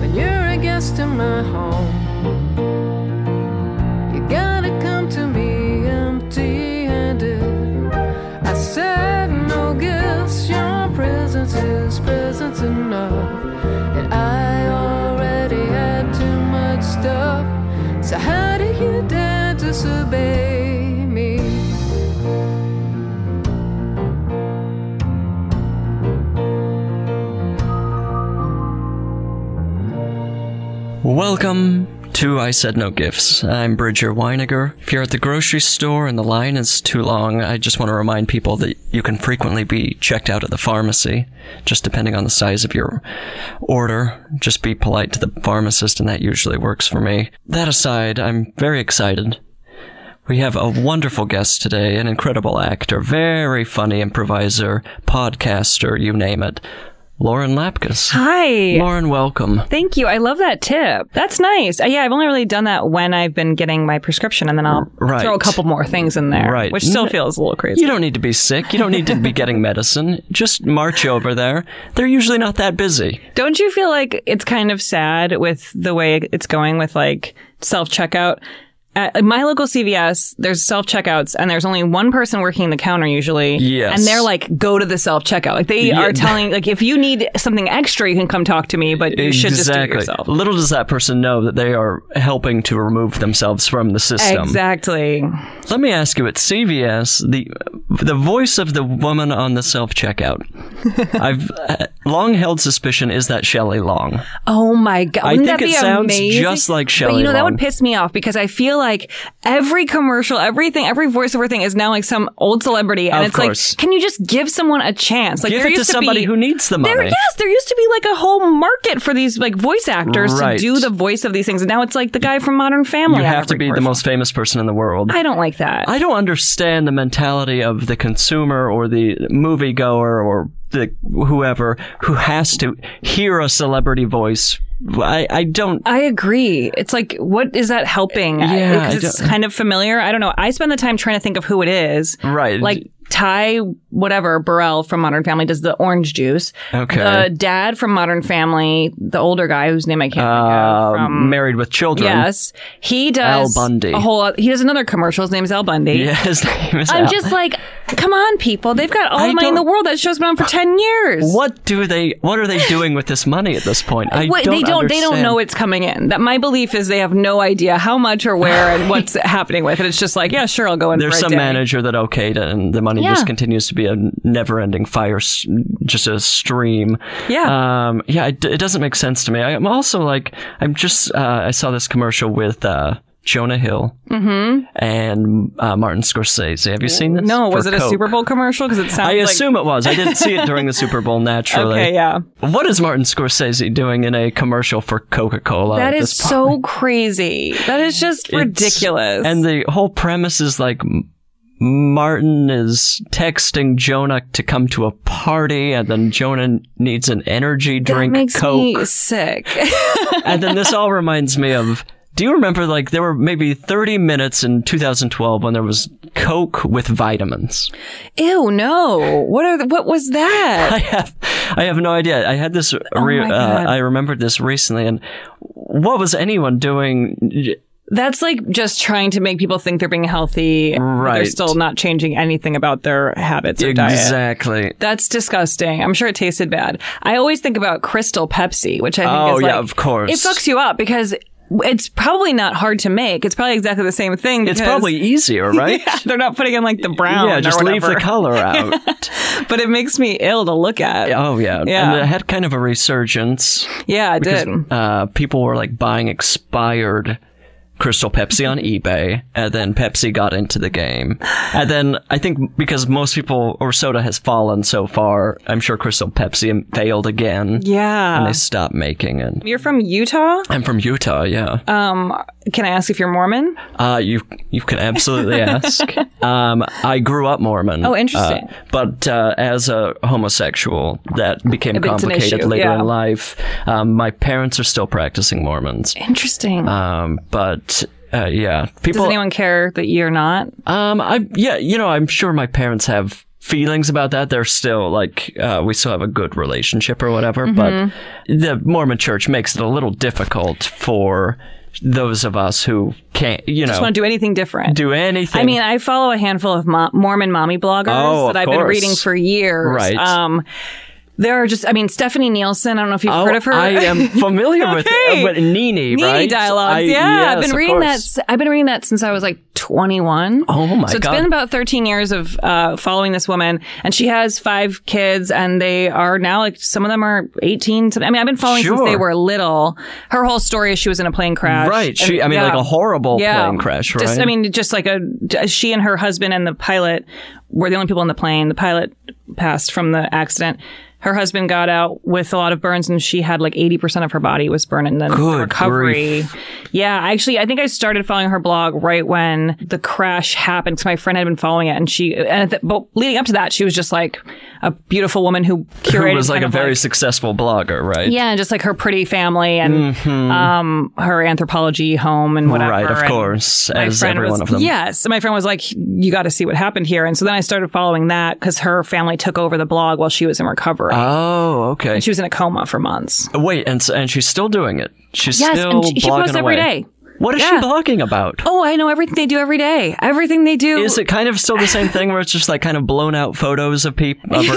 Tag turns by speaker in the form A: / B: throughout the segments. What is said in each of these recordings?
A: When you're a guest in my home, you gotta come to me empty handed. I said, No gifts, your presence is presence enough. And I already had too much stuff. So, how do you dare disobey me?
B: Welcome to I Said No Gifts. I'm Bridger Weiniger. If you're at the grocery store and the line is too long, I just want to remind people that you can frequently be checked out at the pharmacy, just depending on the size of your order. Just be polite to the pharmacist, and that usually works for me. That aside, I'm very excited We have a wonderful guest today, an incredible actor, very funny improviser, podcaster, you name it. Lauren Lapkus.
C: Hi.
B: Lauren, welcome.
C: Thank you. I love that tip. That's nice. Uh, yeah, I've only really done that when I've been getting my prescription, and then I'll
B: Right.
C: throw a couple more things in there,
B: Right.
C: which still
B: N-
C: feels a little crazy.
B: You don't need to be sick. You don't need to be getting medicine. Just march over there. They're usually not that busy.
C: Don't you feel like it's kind of sad with the way it's going with like self checkout? At my local CVS, there's self checkouts, and there's only one person working the counter usually.
B: Yes.
C: And they're like, go to the self checkout. Like, they
B: Yeah.
C: are telling, like, if you need something extra, you can come talk to me, but you should just do it
B: exactly.
C: yourself.
B: Little does that person know that they are helping to remove themselves from the system.
C: Exactly.
B: Let me ask you at CVS the the voice of the woman on the self checkout. I've uh, long held suspicion is that Shelley Long.
C: Oh my god!
B: I
C: Wouldn't
B: think
C: that be
B: it sounds
C: amazing?
B: just like
C: But
B: Shelley
C: you know that
B: Long.
C: would piss me off because I feel like every commercial, everything, every voiceover thing is now like some old celebrity, and
B: Of
C: it's
B: course.
C: like, can you just give someone a chance? Like
B: Give
C: there
B: it to
C: used to
B: somebody
C: be-
B: who needs the
C: There,
B: money.
C: yes, there used to be like a whole market for these like voice actors
B: Right.
C: to do the voice of these things, and now it's like the guy from Modern Family.
B: You
C: on
B: have to
C: every
B: be the
C: commercial.
B: most famous person in the world.
C: I don't like that.
B: I don't understand the mentality of the consumer or the moviegoer or the whoever who has to hear a celebrity voice. I, I don't.
C: I agree. It's like, what is that helping? I-
B: Yeah, I
C: because it's
B: don't-
C: kind of familiar. I don't know. I spend the time trying to think of who it is.
B: Right.
C: Like Ty, whatever Burrell from Modern Family does the orange juice.
B: Okay.
C: The dad from Modern Family, the older guy whose name I can't
B: uh,
C: think of. From,
B: married with children.
C: yes, he does
B: Al Bundy.
C: a whole. He does another commercial. His name is Al Bundy.
B: Yeah, his name is
C: I'm
B: Al.
C: just like, come on, people. They've got all
B: I
C: the money in the
B: don't-
C: world. That show's been on for ten years.
B: What do they? What are they doing with this money at this point? I
C: Wait,
B: don't.
C: they don't. They don't
B: understand.
C: know it's coming in. That my belief is they have no idea how much or where and what's happening with it. It's just like, yeah, sure, I'll go in.
B: There's
C: for a
B: some
C: day.
B: manager that okayed it, and the money just
C: Yeah.
B: continues to be a never-ending fire, s- just a stream.
C: Yeah.
B: um, yeah. It, it doesn't make sense to me. I'm also like, I'm just. Uh, I saw this commercial with uh, Jonah Hill and uh, Martin Scorsese. Have you seen this?
C: Mm-hmm. No, was
B: For
C: it a
B: Coke.
C: Super Bowl commercial? Because it sounds.
B: I
C: like,
B: assume it was. I didn't see it during the Super Bowl. Naturally.
C: Okay, yeah.
B: What is Martin Scorsese doing in a commercial for Coca-Cola?
C: That
B: at
C: is
B: this point?
C: so crazy. That is just
B: It's-
C: ridiculous.
B: And the whole premise is like M- Martin is texting Jonah to come to a party, and then Jonah needs an energy drink,
C: that makes
B: Coke.
C: me sick.
B: and then this all reminds me of. Do you remember, like, there were maybe 30 minutes in 2012 when there was Coke with vitamins?
C: Ew, no. What are? The, what was that?
B: I have, I have no idea. I had this, re-
C: Oh my
B: uh,
C: God.
B: I remembered this recently, and what was anyone doing?
C: That's like just trying to make people think they're being healthy. but
B: Right.
C: They're still not changing anything about their habits or diet.
B: Exactly.
C: That's disgusting. I'm sure it tasted bad. I always think about Crystal Pepsi, which I think
B: Oh,
C: is
B: yeah,
C: like-
B: of course.
C: It fucks you up because It's probably not hard to make. It's probably exactly the same thing.
B: It's
C: because-
B: probably easier, right?
C: Yeah, they're not putting in like the brown.
B: yeah,
C: or
B: just leave the
C: whatever.
B: color out.
C: But it makes me ill to look at. Yeah,
B: oh yeah,
C: Yeah.
B: And it had kind of a resurgence.
C: it did.
B: Uh, people were like buying expired Crystal Pepsi on eBay, and then Pepsi got into the game. And then I think because most people or soda has fallen so far, I'm sure Crystal Pepsi failed again. And
C: Yeah.
B: they stopped making it.
C: You're from Utah.
B: I'm from Utah, yeah.
C: Um, can I ask if you're Mormon?
B: Uh, you you can absolutely ask. Um, I grew up Mormon.
C: Oh, interesting.
B: Uh, but uh, as a homosexual, that became
C: It's an
B: complicated
C: issue,
B: later
C: yeah.
B: in life. Um, my parents are still practicing Mormons.
C: Interesting.
B: Um, but uh, yeah,
C: Does
B: people.
C: anyone care that you're not?
B: um, I yeah, you know, I'm sure my parents have feelings about that. They're still like uh, we still have a good relationship or whatever.
C: Mm-hmm.
B: But the Mormon Church makes it a little difficult for those of us who can't, you know,
C: Just want to do anything different.
B: do anything.
C: I mean, I follow a handful of mo- Mormon mommy bloggers
B: Oh, of
C: that I've been
B: course.
C: reading for years.
B: Right.
C: Um, there are just, I mean, Stephanie Nielsen. I don't know if you've
B: Oh,
C: heard of her.
B: I am familiar with uh,
C: Okay.
B: with Nini,
C: Nini
B: right?
C: dialogues.
B: I-
C: yeah, I've
B: yes,
C: been
B: of
C: reading that.
B: course.
C: s- I've been reading that since I was like 21.
B: Oh my
C: So it's
B: God.
C: been about 13 years of uh, following this woman, and she has five kids, and they are now like some of them are 18. Some, I mean, I've been following
B: Sure.
C: since they were little. Her whole story is she was in a plane crash.
B: Right. She.
C: and-
B: I mean, like
C: yeah.
B: a horrible
C: Yeah.
B: plane crash, right?
C: Just, I mean, just like a she and her husband and the pilot were the only people on the plane. The pilot passed from the accident. Her husband got out with a lot of burns, and she had like eighty percent of her body was burned. And then
B: Good
C: the recovery.
B: grief.
C: Yeah, I actually, I think I started following her blog right when the crash happened because my friend had been following it, and she. And th- but leading up to that, she was just like a beautiful woman who curated
B: who was like
C: kind
B: a
C: of,
B: very successful blogger, right?
C: yeah, and just like her pretty family and um, her anthropology home and whatever.
B: Mm-hmm. Right, of
C: and
B: course,
C: my
B: as
C: friend
B: every
C: was-
B: one of them.
C: Yes, my friend was like, "You got to see what happened here," and so then I started following that because her family took over the blog while she was in recovery.
B: Oh, okay.
C: she was in a coma for months.
B: Wait, and so, and she's still doing it. She's
C: Yes,
B: still
C: and she, she
B: blogging
C: posts every
B: away.
C: day.
B: What is
C: Yeah.
B: she blogging about?
C: Oh, I know everything they do every day. Everything they do.
B: Is it kind of still the same thing where it's just like kind of blown out photos of people of her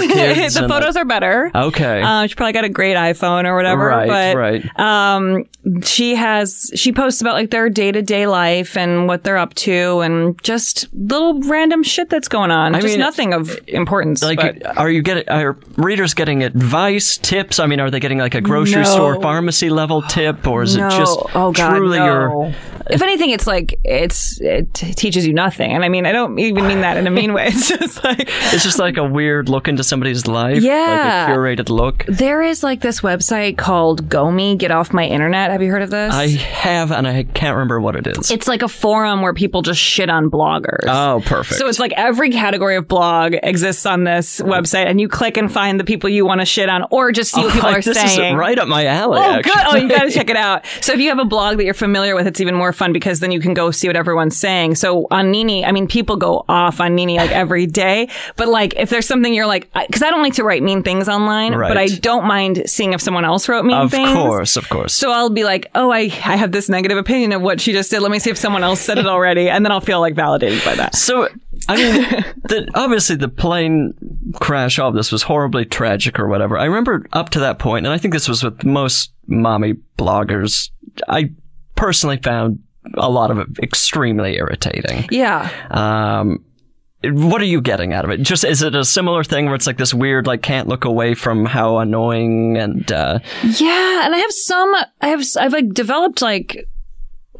B: kids?
C: the
B: and, like-
C: photos are better.
B: okay.
C: Uh, she probably got a great iPhone or whatever.
B: right.
C: but
B: right.
C: um she has she posts about like their day-to-day life and what they're up to and just little random shit that's going on just
B: mean,
C: nothing of importance
B: Like,
C: but-
B: are you getting are readers getting advice, tips? I mean, are they getting like a grocery
C: No. Oh,
B: store, pharmacy level tip, or is it just truly your?
C: if anything it's like it's it t- teaches you nothing and i mean i don't even mean that in a mean way it's just like
B: It's just like a weird look into somebody's life,
C: Yeah.
B: like a curated look.
C: there is like this website called gomi get off my internet have you heard of this
B: I have, and I can't remember what it is.
C: it's like a forum where people just shit on bloggers
B: oh, perfect.
C: So it's like every category of blog exists on this website, and you click and find the people you want to shit on, or just see what people
B: Like,
C: are
B: Oh, this
C: saying.
B: is right up my alley.
C: Oh,
B: actually.
C: good. Oh, you got to check it out. So, if you have a blog that you're familiar with, it's even more fun because then you can go see what everyone's saying. So, on Nini, I mean, people go off on Nini like every day. But, like, if there's something you're like, because I don't like to write mean things online,
B: Right.
C: but I don't mind seeing if someone else wrote mean
B: Of
C: things.
B: course, of course.
C: So I'll be like, oh, I, I have this negative opinion of what she just did. Let me see if someone else said it already. And then I'll feel like validated by that.
B: So, I mean, the, obviously the plane crash, all of this was horribly tragic or whatever. I remember up to that point, and I think this was with most mommy bloggers, I personally found a lot of it extremely irritating.
C: Yeah.
B: Um, what are you getting out of it? Just is it a similar thing where it's like this weird, like can't look away from how annoying and uh,
C: Yeah, and I have some. I have. I've like developed like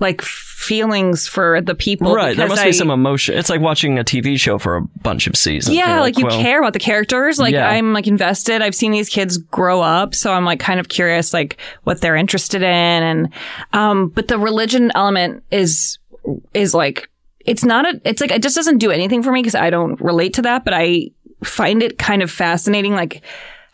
C: like feelings for the people.
B: right? There
C: because
B: must
C: I-
B: be some emotion. It's like watching a TV show for a bunch of seasons.
C: Yeah,
B: You're
C: like, you
B: well,
C: care about the characters. Like
B: Yeah.
C: I'm like invested. I've seen these kids grow up, so I'm like kind of curious like what they're interested in and um but the religion element is is like it's not a it's like it just doesn't do anything for me because I don't relate to that, but I find it kind of fascinating like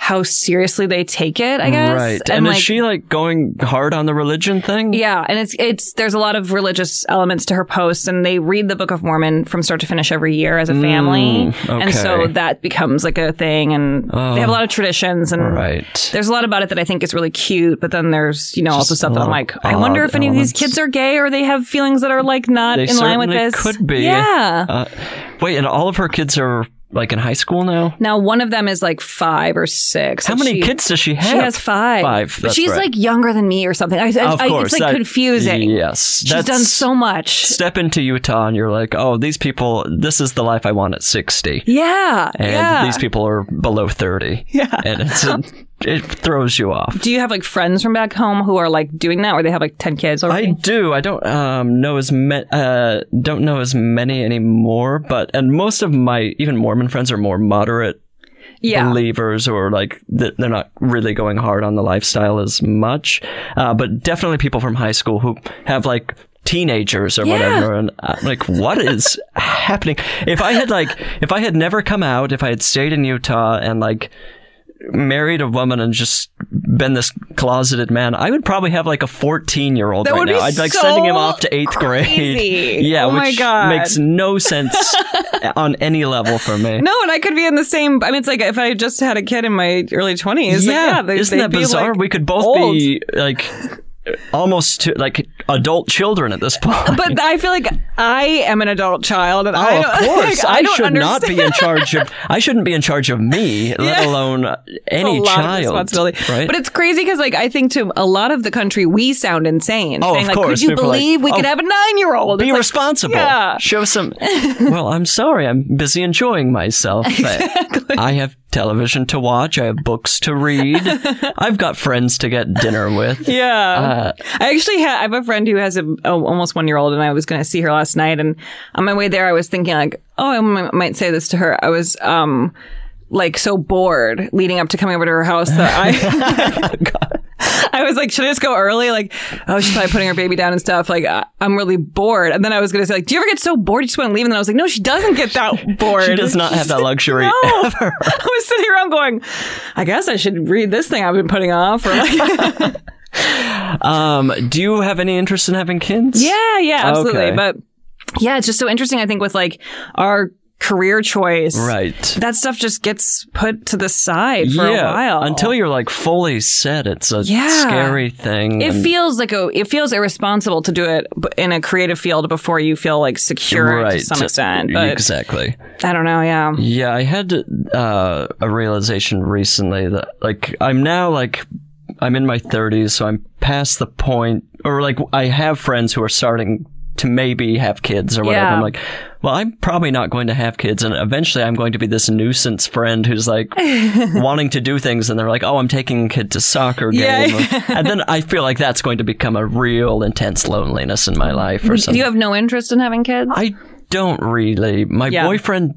C: how seriously they take it, I guess.
B: Right, and,
C: like,
B: is she like going hard on the religion thing?
C: Yeah, and it's it's there's a lot of religious elements to her posts, and they read the Book of Mormon from start to finish every year as a family,
B: Mm, okay. Oh.
C: and so that becomes like a thing, and they have a lot of traditions, and
B: Right.
C: there's a lot about it that I think is really cute, but then there's you know also stuff that
B: lot
C: I'm
B: of
C: like, I
B: odd
C: wonder if any
B: elements.
C: of these kids are gay or they have feelings that are like not
B: They
C: in line with
B: certainly
C: this.
B: could be.
C: Yeah,
B: Uh, wait, and all of her kids are like in high school now?
C: Now one of them is like five or six.
B: How
C: and
B: many
C: she-
B: kids does she have?
C: She has five.
B: Five,
C: But
B: that's
C: she's
B: right.
C: like younger than me or something. I, I,
B: Of
C: I-
B: course,
C: it's like
B: that-
C: confusing.
B: Yes,
C: She's done so much.
B: Step into Utah, and you're like, oh, these people. This is the life I want at sixty,
C: Yeah.
B: and
C: yeah.
B: these people are below thirty.
C: Yeah.
B: and it's it throws you off.
C: Do you have like friends from back home who are like doing that, or they have like ten kids
B: I
C: already?
B: do. I don't um, know as ma- uh, don't know as many anymore, but and most of my even Mormon friends are more moderate
C: yeah.
B: believers, or like th- they're not really going hard on the lifestyle as much. Uh, but definitely people from high school who have like teenagers or
C: Yeah.
B: whatever, and I'm like, what is happening? If I had like, if I had never come out, if I had stayed in Utah and like married a woman and just been this closeted man, I would probably have like a 14 year old
C: That
B: right
C: would
B: now.
C: be
B: I'd like
C: so
B: sending him off to eighth grade.
C: crazy.
B: Yeah,
C: Oh my
B: which
C: God.
B: makes no sense on any level for me.
C: No, and I could be in the same. I mean, it's like if I just had a kid in my early twenties. like, yeah they,
B: isn't
C: they'd
B: that
C: be,
B: bizarre?
C: like,
B: we could both be like almost to, like adult children at this point.
C: But I feel like I am an adult child, and
B: Oh,
C: I don't,
B: of course.
C: like,
B: I,
C: don't
B: should not
C: understand.
B: be in charge of. I shouldn't be in charge of me, let
C: Yeah.
B: alone any
C: a lot
B: child.
C: of responsibility.
B: Right?
C: But it's crazy because, like, I think to a lot of the country, we sound insane.
B: Oh,
C: saying,
B: of
C: like,
B: course.
C: could you
B: People are like,
C: believe we could
B: "Oh,
C: have a nine-year-old?
B: be
C: It's like,
B: responsible.
C: yeah.
B: Show some. well, I'm sorry. I'm busy enjoying myself. Exactly. I have television to watch. I have books to read. I've got friends to get dinner with.
C: Yeah.
B: Uh,
C: I actually ha- I have a friend who has a, a almost one year old, and I was going to see her last night. And on my way there, I was thinking like, oh, I m- might say this to her. I was um like so bored leading up to coming over to her house that I. I was like, should I just go early? Like, oh, she's probably putting her baby down and stuff. Like, I- I'm really bored. And then I was gonna say, like, do you ever get so bored you just want to leave? And then I was like, no, she doesn't get that bored.
B: She does not have that luxury
C: No.
B: ever.
C: I was sitting around going, I guess I should read this thing I've been putting off. Or like,
B: Um, do you have any interest in having kids?
C: Yeah, yeah, absolutely.
B: Okay.
C: But yeah, it's just so interesting. I think with like our career choice,
B: Right.
C: That stuff just gets put to the side for
B: yeah.
C: a while
B: Until you're like fully set, it's a
C: Yeah.
B: scary thing.
C: It
B: and-
C: feels like a it feels irresponsible to do it b- in a creative field before you feel like secure
B: right
C: to some extent. But
B: exactly.
C: I don't know. Yeah,
B: Yeah, I had uh, a realization recently that like I'm now like I'm in my 30s, so I'm past the point, or like I have friends who are starting to maybe have kids or whatever.
C: Yeah.
B: I'm like, well, I'm probably not going to have kids, and eventually I'm going to be this nuisance friend who's like wanting to do things, and they're like, oh, I'm taking a kid to soccer
C: Yeah.
B: game, and then I feel like that's going to become a real intense loneliness in my life or something.
C: do you have no interest in having kids?
B: I don't really. My
C: Yeah.
B: boyfriend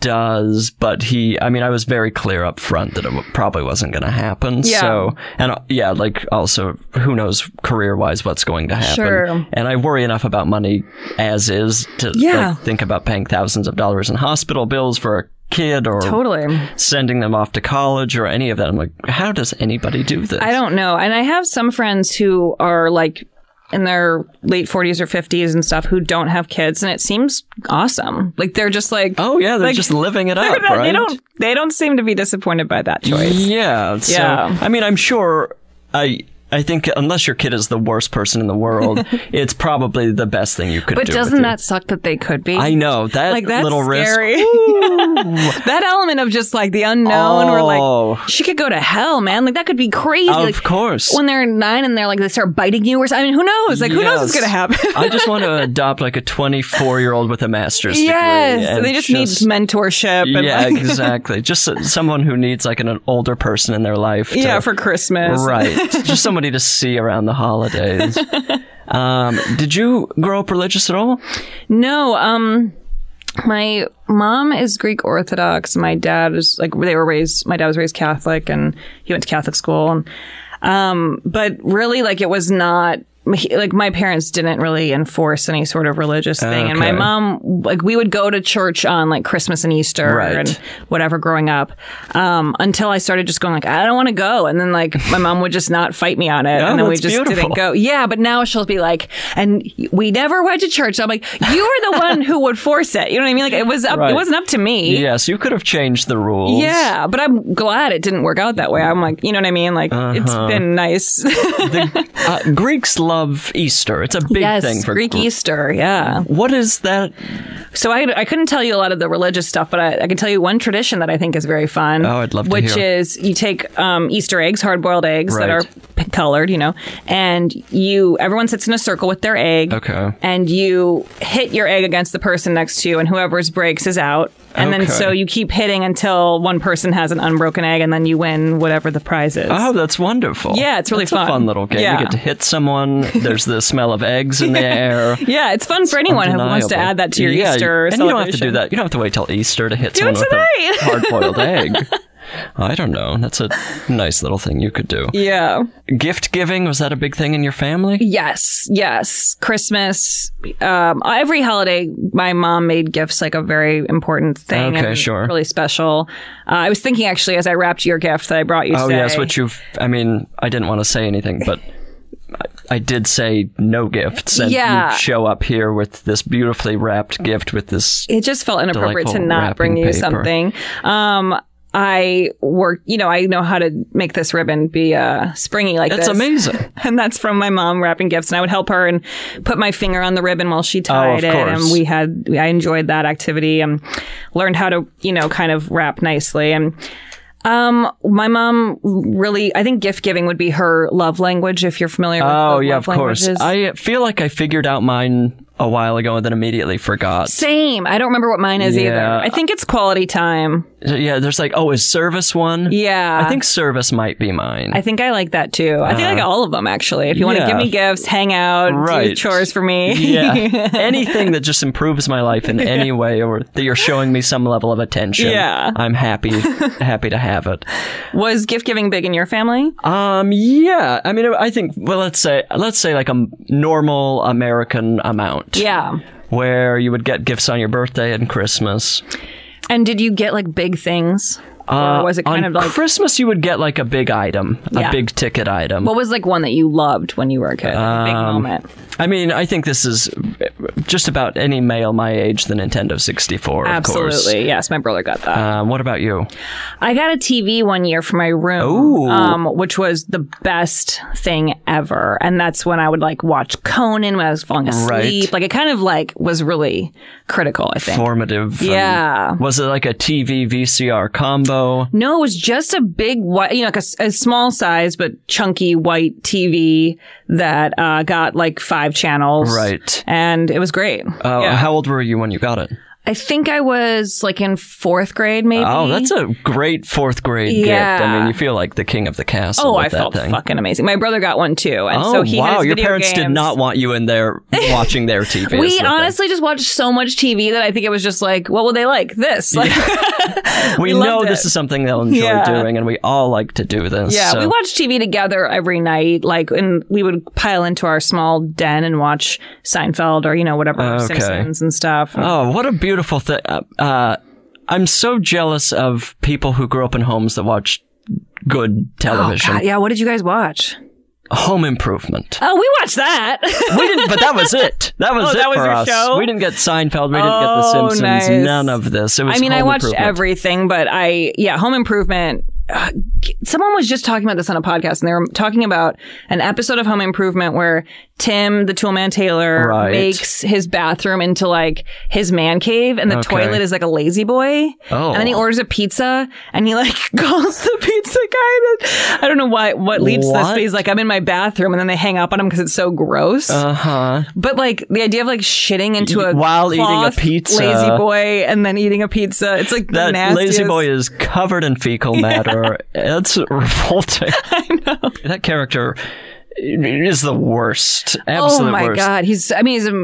B: does, but he, I mean, I was very clear up front that it w- probably wasn't going to happen.
C: Yeah.
B: So, and uh, yeah, like also, who knows career wise what's going to happen.
C: Sure.
B: And I worry enough about money as is to
C: Yeah.
B: like, think about paying thousands of dollars in hospital bills for a kid or
C: totally.
B: sending them off to college or any of that. I'm like, how does anybody do this?
C: I don't know. And I have some friends who are like in their late 40s or 50s and stuff who don't have kids and it seems awesome. Like they're just like
B: Oh, yeah, they're
C: Like,
B: just living it up,
C: they're not-
B: right?
C: they don't they don't seem to be disappointed by that choice.
B: Yeah. So,
C: Yeah.
B: I mean, I'm sure I I think unless your kid is the worst person in the world, it's probably the best thing you could
C: But
B: do.
C: doesn't
B: with
C: that suck that they could be?
B: your- I know that
C: like that's
B: little risk.
C: scary. that element of just like the unknown or
B: Oh.
C: like she could go to hell, man. Like that could be crazy.
B: Of
C: Like,
B: course.
C: When they're nine and they're like they start biting you or something. I mean, who knows? Like who knows what's
B: Yes.
C: gonna happen?
B: I just want to adopt like a 24 year old with a master's degree.
C: yes.
B: and
C: They just, need mentorship and
B: Yeah,
C: like,
B: exactly. Just so- someone who needs like an, an older person in their life. to-
C: yeah, for Christmas.
B: right. just somebody to see around the holidays. Um, did you grow up religious at all?
C: No, um my mom is Greek Orthodox. My dad is like they were raised my dad was raised Catholic and he went to Catholic school and um but really like it was not like my parents didn't really enforce any sort of religious thing and my
B: Ah, Okay.
C: mom like we would go to church on like Christmas and Easter
B: Right.
C: and whatever growing up um until I started just going like I don't want to go and then like my mom would just not fight me on it
B: No,
C: and then we
B: that's
C: just
B: beautiful.
C: didn't go yeah but now she'll be like and we never went to church i'm like you were the one who would force it you know what i mean like it was up
B: Right.
C: it wasn't up to me
B: Yes, you could have changed the rules.
C: yeah but i'm glad
B: Uh-huh.
C: it didn't work out that way i'm like you know what i mean like it's been nice
B: the, uh, Greeks love love Easter. It's a big
C: yes,
B: thing for
C: Greek
B: Gr-
C: Easter. Yeah.
B: What is that?
C: So I, I couldn't tell you a lot of the religious stuff, but I, I can tell you one tradition that I think is very fun.
B: Oh, I'd love to
C: which
B: hear.
C: is you take um, Easter eggs, hard boiled eggs that
B: Right.
C: are p- colored, you know, and you everyone sits in a circle with their egg.
B: Okay.
C: And you hit your egg against the person next to you, and whoever's breaks is out. And then
B: Okay.
C: so you keep hitting until one person has an unbroken egg, and then you win whatever the prize is.
B: Oh, that's wonderful.
C: Yeah, it's really
B: That's
C: fun.
B: A fun little game.
C: Yeah.
B: You get to hit someone. There's the smell of eggs in the air.
C: Yeah, it's fun for anyone who wants to
B: Undeniable.
C: add that to your
B: yeah,
C: Easter.
B: And you don't have to do
C: celebration.
B: that. You don't have to wait till Easter to hit
C: Do
B: someone
C: it
B: with a hard-boiled egg. I don't know. That's a nice little thing you could do.
C: Yeah.
B: Gift giving was that a big thing in your family?
C: Yes, yes. Christmas, um, every holiday, my mom made gifts like a very important thing.
B: Okay,
C: and
B: sure.
C: Really special. Uh, I was thinking actually as I wrapped your gift that I brought you
B: Oh
C: today.
B: yes, which you've. I mean, I didn't want to say anything, but I, I did say no gifts, and
C: Yeah.
B: you show up here with this beautifully wrapped gift with this.
C: it just felt inappropriate to
B: Delightful
C: not bring you
B: wrapping
C: something.
B: paper.
C: Um, I work, you know, I know how to make this ribbon be uh, springy like
B: That's
C: this.
B: amazing.
C: and that's from my mom wrapping gifts and i would help her and put my finger on the ribbon while she tied it
B: Oh, course.
C: and we had i enjoyed that activity and learned how to you know kind of wrap nicely and um my mom really i think gift giving would be her love language if you're familiar with
B: Oh
C: the
B: yeah, of
C: love
B: course.
C: languages.
B: I feel like I figured out mine a while ago and then immediately forgot.
C: same i don't remember what mine is
B: Yeah.
C: either i think it's quality time
B: Yeah, there's like oh, is service one?
C: yeah
B: I think service might be mine.
C: I think I like that too. I think I like all of them actually. If you want to
B: Uh-huh. yeah.
C: give me gifts, hang out, do
B: Right.
C: chores for me.
B: yeah, anything that just improves my life in any way, or that you're showing me some level of attention.
C: Yeah.
B: I'm happy, happy to have it.
C: Was gift giving big in your family?
B: Um, yeah, I mean, I think well, let's say let's say like a m- normal American amount.
C: Yeah.
B: where you would get gifts on your birthday and Christmas.
C: And did you get like big things? or was it kind
B: Uh, on
C: of like
B: Christmas? You would get like a big item,
C: Yeah.
B: a big ticket item.
C: what was like one that you loved when you were a kid? A
B: Um,
C: big moment.
B: I mean, I think this is just about any male my age. The Nintendo 64, of course.
C: Absolutely. Yes, my brother got that.
B: Um, what about you?
C: I got a TV one year for my room,
B: Ooh.
C: um, which was the best thing ever. And that's when I would like watch Conan when I was falling asleep.
B: Right.
C: Like it kind of like was really critical, I think.
B: Formative. and-
C: Yeah.
B: was it like a TV VCR combo?
C: No, it was just a big white, you know, like a, s- a small size but chunky white TV that uh, got like five channels.
B: Right.
C: And it was great.
B: Uh,
C: Yeah.
B: How old were you when you got it?
C: I think I was like in fourth grade, maybe.
B: Oh, that's a great fourth grade gift. I
C: Yeah.
B: mean, you feel like the king of the castle.
C: Oh,
B: with
C: I
B: that
C: felt
B: thing.
C: fucking amazing. My brother got one too, and
B: Oh
C: so he had
B: wow!
C: his
B: Your
C: video
B: parents did
C: games.
B: not want you in there watching their TV. is
C: We
B: the thing.
C: honestly just watched so much TV that I think it was just like, what will they like? This. Like,
B: we,
C: loved
B: know
C: it.
B: this is something they'll enjoy
C: Yeah.
B: doing, and we all like to do this.
C: Yeah,
B: so-
C: we watched TV together every night, like, and we would pile into our small den and watch Seinfeld or you know whatever
B: Okay.
C: Simpsons and stuff.
B: Oh, what a beautiful thing! Uh, uh, I'm so jealous of people who grew up in homes that watch good television.
C: God, yeah, what did you guys watch?
B: Home Improvement.
C: Oh, we watched that.
B: we didn't, but that was it. That was
C: Oh,
B: it
C: that was
B: for
C: your
B: us.
C: show?
B: We didn't get Seinfeld. We didn't get
C: Oh,
B: The Simpsons.
C: nice.
B: None of this. It was.
C: I mean, I
B: Home
C: watched
B: Improvement.
C: everything, but I yeah, Home Improvement. uh, Someone was just talking about this on a podcast, and they were talking about an episode of Home Improvement where Tim, the Toolman Taylor,
B: Right.
C: makes his bathroom into like his man cave, and the
B: Okay.
C: toilet is like a lazy boy.
B: Oh.
C: And then he orders a pizza, and he like calls the pizza guy. That, I don't know why what leads to this,
B: What?
C: but he's like, "I'm in my bathroom," and then they hang up on him because it's so gross.
B: Uh huh.
C: But like the idea of like shitting into a
B: While eating a
C: cloth,
B: pizza.
C: lazy boy, and then eating a pizza. It's like
B: That
C: the nastiest.
B: lazy boy is covered in fecal matter. That's revolting. I know. That character is the worst. Absolute
C: Oh my
B: worst.
C: god, he's. I mean, he's a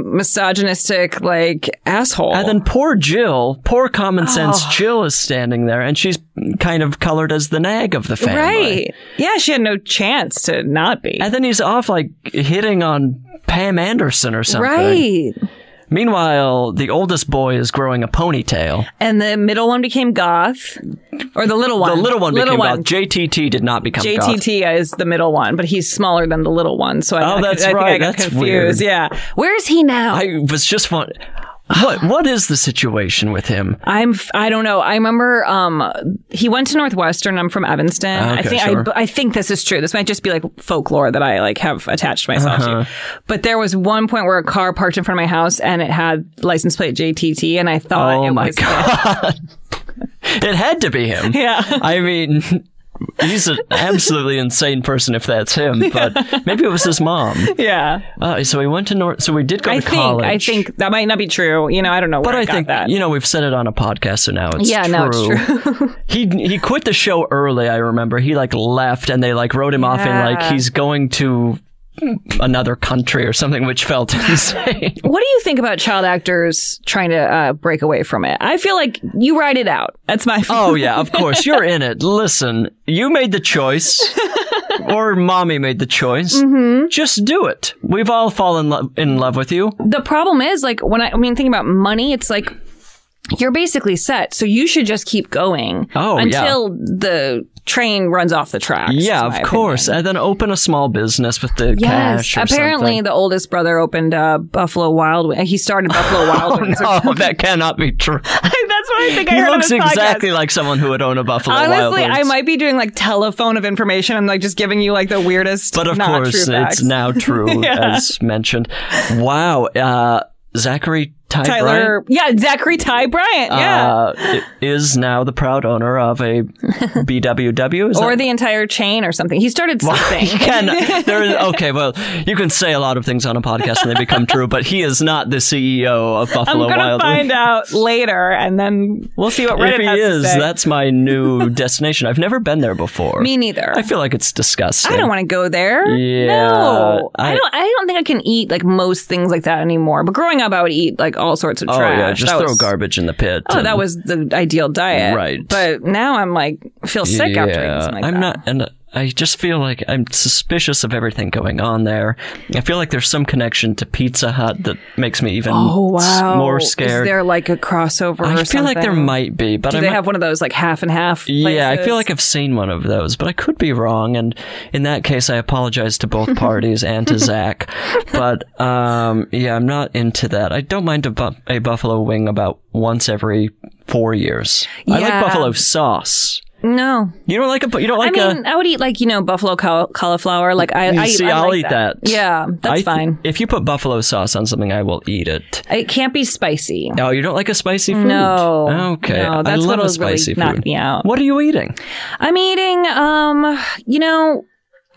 C: misogynistic like asshole.
B: And then poor Jill, poor common sense
C: Oh.
B: Jill is standing there and she's kind of colored as the nag of the family.
C: right? Yeah, she had no chance to not be.
B: And then he's off like hitting on Pam Anderson or something.
C: Right.
B: Meanwhile, the oldest boy is growing a ponytail.
C: And the middle one became goth, or the Um, little one.
B: The little one became goth. JTT did not become goth.
C: JTT is the middle one, but he's smaller than the little one. So I,
B: Oh,
C: I,
B: that's
C: I, think I
B: right.
C: got
B: That's
C: confused.
B: weird.
C: Yeah, where is he now?
B: I was just fun. What what is the situation with him?
C: I'm f- I don't know. I remember um he went to Northwestern. I'm from Evanston.
B: Ah,
C: I
B: okay,
C: think
B: sure.
C: I, I think this is true. This might just be like folklore that I like have attached myself to.
B: Uh-huh.
C: But there was one point where a car parked in front of my house and it had license plate JTT and I thought
B: Oh
C: it
B: my
C: was
B: god. it had to be him.
C: Yeah.
B: I mean, he's an absolutely insane person if that's him, but maybe it was his mom.
C: Yeah.
B: Uh, so he went to North. So we did go
C: I
B: to
C: think
B: college.
C: I think that might not be true. You know, I don't know
B: But
C: where I,
B: I
C: got
B: think
C: that.
B: you know we've said it on a podcast, so now it's
C: yeah,
B: true.
C: no, it's true.
B: He he quit the show early. I remember he like left and they like wrote him off and like
C: Yeah.
B: he's going to another country or something, which felt insane.
C: what do you think about child actors trying to uh, break away from it? I feel like you ride it out. That's my
B: Oh yeah, of course you're in it. Listen, you made the choice, or mommy made the choice.
C: Mm-hmm.
B: Just do it. We've all fallen lo- in love with you.
C: the problem is like when I, I mean thinking about money, it's like you're basically set. So you should just keep going
B: Oh, yeah.
C: until the train runs off the tracks. is
B: yeah,
C: my
B: of course.
C: opinion.
B: And then open a small business with the
C: Yes.
B: cash. Or
C: Apparently, the oldest brother opened uh, Buffalo Wild Wings. He started Buffalo Wild Wings. or
B: something. oh,
C: something.
B: that cannot be true.
C: That's what I think I
B: He
C: heard
B: looks
C: on his podcast.
B: exactly like someone who would own a Buffalo Wild
C: Honestly,
B: Wings.
C: I might be doing like telephone of information. I'm like just giving you like the weirdest,
B: But of
C: not
B: course,
C: true
B: it's
C: facts.
B: now true,
C: Yeah.
B: as mentioned. Wow. Uh, Zachary Ty Bryant,
C: Tyler, yeah, Zachary Ty Bryant, yeah,
B: uh, i- is now the proud owner of a BWW. Is
C: or
B: that-
C: the entire chain or something. He started something.
B: You can, there is, okay, well, you can say a lot of things on a podcast and they become true, but he is not the CEO of
C: I'm
B: Buffalo
C: gonna
B: Wild Wings.
C: find out later, and then we'll see what Reddit
B: if he
C: has
B: is,
C: to say.
B: that's my new destination. I've never been there before.
C: Me neither.
B: I feel like it's disgusting.
C: I don't want to go there.
B: Yeah,
C: no, I,
B: I-
C: don't. I don't think I can eat like most things like that anymore. But growing up, I would eat like all sorts of
B: Oh
C: trash.
B: yeah, just
C: That
B: throw
C: was-
B: garbage in the pit.
C: Oh,
B: and-
C: that was the ideal diet,
B: Right.
C: But now I'm like feel sick after eating
B: Yeah,
C: something like
B: I'm
C: that.
B: not, and I just feel like I'm suspicious of everything going on there. I feel like there's some connection to Pizza Hut that makes me even
C: Oh wow!
B: s- more scared.
C: Is there like a crossover?
B: I
C: or
B: feel like there
C: something?
B: might be, but
C: Do
B: I
C: they
B: might-
C: have one of those like half and half?
B: Yeah, I
C: places?
B: feel like I've seen one of those, but I could be wrong. And in that case, I apologize to both parties and to Zach. But um, yeah, I'm not into that. I don't mind a, bu- a buffalo wing about once every four years.
C: Yeah.
B: I like buffalo sauce.
C: no.
B: You don't like a bu- you don't
C: I
B: like a.
C: mean, I would eat like you know buffalo cau- cauliflower. Like I,
B: You
C: I
B: see,
C: I
B: I'll
C: like
B: eat that.
C: Yeah, that's
B: I th-
C: fine.
B: If you put buffalo sauce on something, I will eat it.
C: It can't be spicy.
B: Oh, you don't like a spicy food?
C: No.
B: Okay.
C: No,
B: I
C: that's
B: love
C: what'll
B: a
C: really
B: spicy
C: knock
B: food.
C: me out.
B: What are you eating?
C: I'm eating. Um, you know,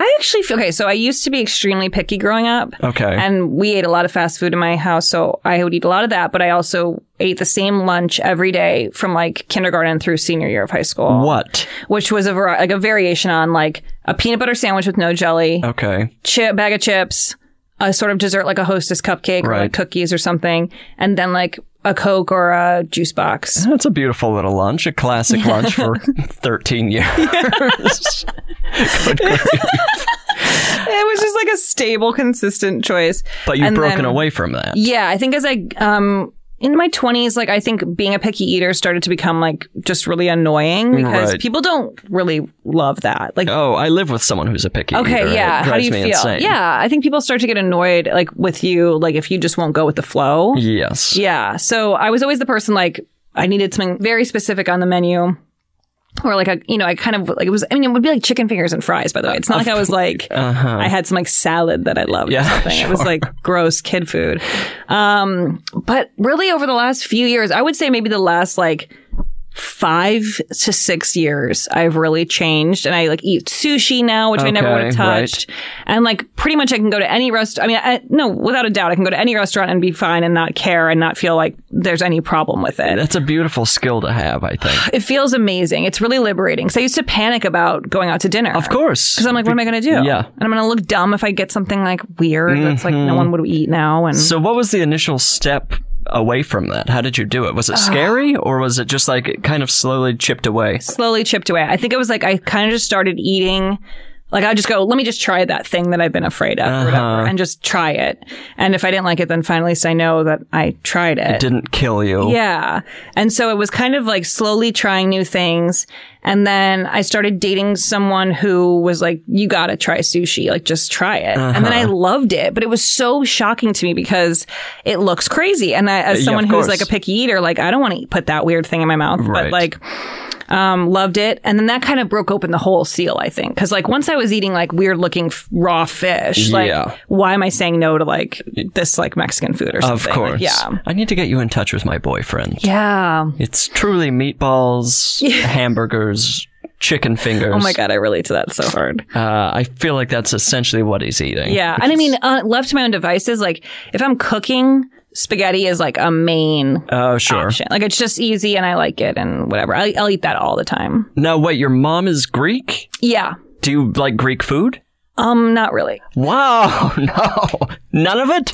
C: I actually feel okay. So I used to be extremely picky growing up.
B: Okay.
C: And we ate a lot of fast food in my house, so I would eat a lot of that. But I also ate the same lunch every day from like kindergarten through senior year of high school.
B: what?
C: which was a vari- like a variation on like a peanut butter sandwich with no jelly,
B: Okay.
C: chip bag of chips, a sort of dessert like a Hostess cupcake or
B: Right.
C: like cookies or something, and then like a Coke or a juice box.
B: That's a beautiful little lunch, a classic lunch for 13 years. Good grief.
C: It was just like a stable, consistent choice.
B: But you've
C: And
B: broken
C: then-
B: away from that.
C: Yeah, I think as I um in my 20s like I think being a picky eater started to become like just really annoying because
B: Mm, Right.
C: people don't really love that. Like
B: Oh, I live with someone who's a picky eater.
C: Okay,
B: It
C: yeah. How do
B: drives
C: you
B: me
C: feel?
B: insane.
C: Yeah, I think people start to get annoyed like with you like if you just won't go with the flow.
B: Yes.
C: Yeah. So I was always the person like I needed something very specific on the menu. Or like a, you know, I kind of like it was. I mean, it would be like chicken fingers and fries. By the way, it's not like I was like I had some like salad that I loved
B: Uh-huh. Yeah,
C: or something. It was like gross kid food. Um, but really, over the last few years, I would say maybe the last like five to six years, I've really changed, and I like eat sushi now, which I never would have
B: Okay,
C: touched, and like pretty much I can go to any restaurant. I mean, I, no, without a doubt, I can go to any restaurant and be fine and not care and not feel like there's any problem with it.
B: That's a beautiful skill to have, I think.
C: It feels amazing. It's really liberating. Because I used to panic about going out to dinner.
B: Of course.
C: Because I'm like, what am I going to do?
B: Yeah. Mm-hmm.
C: And I'm going to look dumb if I get something like weird that's like no one would eat now. And
B: So, what was the initial step away from that? How did you do it? Was
C: Uh,
B: it scary or was it just like it kind of slowly chipped away?
C: slowly chipped away. I think it was like I kind of just started eating Like I would just go, let me just try that thing that I've been afraid of or whatever
B: Uh-huh.
C: and just try it. And if I didn't like it, then finally say no that I tried it.
B: Didn't kill you.
C: Yeah. And so it was kind of like slowly trying new things. And then I started dating someone who was like, you gotta try sushi. Like, just try it. And then I
B: Uh-huh.
C: loved it, but it was so shocking to me because it looks crazy. And I, as
B: Yeah,
C: someone
B: of
C: who's
B: course.
C: like a picky eater, like, I don't want to put that weird thing in my mouth,
B: Right.
C: but like, um, loved it. And then that kind of broke open the whole seal, I think. Cause like once I was eating like weird looking f- raw fish, like,
B: Yeah.
C: why am I saying no to like this like Mexican food or
B: Of
C: something? Like,
B: course.
C: yeah.
B: I need to get you in touch with my boyfriend.
C: Yeah.
B: It's truly meatballs, hamburgers, chicken fingers.
C: Oh my god, I relate to that so hard.
B: Uh, I feel like that's essentially what he's eating.
C: Yeah, and I mean, uh, left to my own devices, like if I'm cooking, spaghetti is like a main
B: Oh, sure.
C: option. Like it's just easy, and I like it, and whatever. I, I'll eat that all the time.
B: Now, wait, your mom is Greek?
C: Yeah.
B: Do you like Greek food?
C: Um, not really.
B: Wow, no. None of it?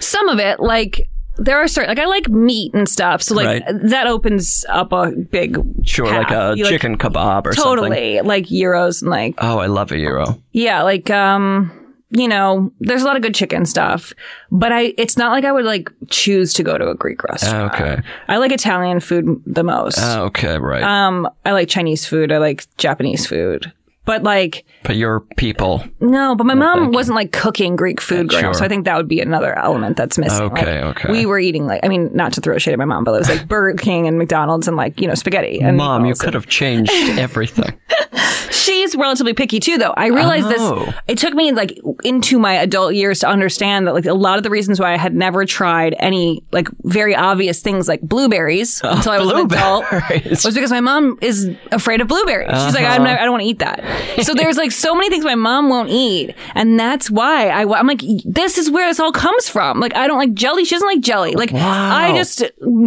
C: Some of it, like there are certain, like I like meat and stuff, so like
B: Right.
C: that opens up a big
B: Sure, like
C: path.
B: a
C: You,
B: chicken kebab or something.
C: Totally, like euros and like
B: Oh, I love a euro.
C: Yeah, like um, you know, there's a lot of good chicken stuff, but I it's not like I would like choose to go to a Greek restaurant.
B: Ah, Okay.
C: I like Italian food the most.
B: Ah, Okay, right.
C: um, I like Chinese food. I like Japanese food. But like
B: but your people.
C: no, but my mom wasn't like cooking Greek food growing up,
B: sure.
C: so I think that would be another element that's missing.
B: Okay,
C: Like,
B: okay.
C: We were eating like I mean, not to throw shade at my mom, but it was like Burger King and McDonald's and like you know spaghetti. And
B: Mom, you
C: meatballs.
B: could have changed everything.
C: she's relatively picky too though i realized
B: Oh.
C: this it took me like into my adult years to understand that like a lot of the reasons why i had never tried any like very obvious things like blueberries until i was an adult
B: Oh, blueberries.
C: was because my mom is afraid of blueberries she's like
B: Uh-huh.
C: I'm not, i don't want to eat that so there's like so many things my mom won't eat and that's why I, wa- i'm like this is where this all comes from like i don't like jelly she doesn't like jelly like i
B: Wow.
C: just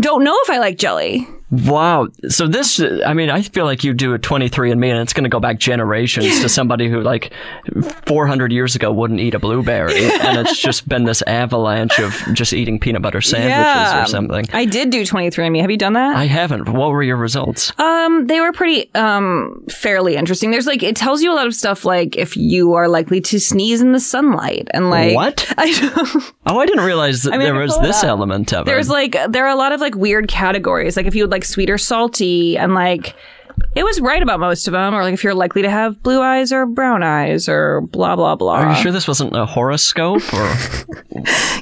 C: don't know if i like jelly
B: Wow. So this, I mean, I feel like you do a 23andMe and it's going to go back generations to somebody who like 400 years ago wouldn't eat a blueberry. and it's just been this avalanche of just eating peanut butter sandwiches
C: Yeah.
B: or something.
C: i did do 23andme have you done that
B: I haven't. What were your results?
C: Um, they were pretty um fairly interesting. There's like it tells you a lot of stuff like if you are likely to sneeze in the sunlight and like
B: What?
C: I know.
B: Oh, I didn't realize that
C: mean, I
B: there
C: can
B: was
C: pull it
B: this
C: up.
B: element of
C: There's
B: it.
C: like there are a lot of like weird categories. Like if you would like sweet or salty and like it was right about most of them or like if you're likely to have blue eyes or brown eyes or blah blah blah.
B: Are you sure this wasn't a horoscope or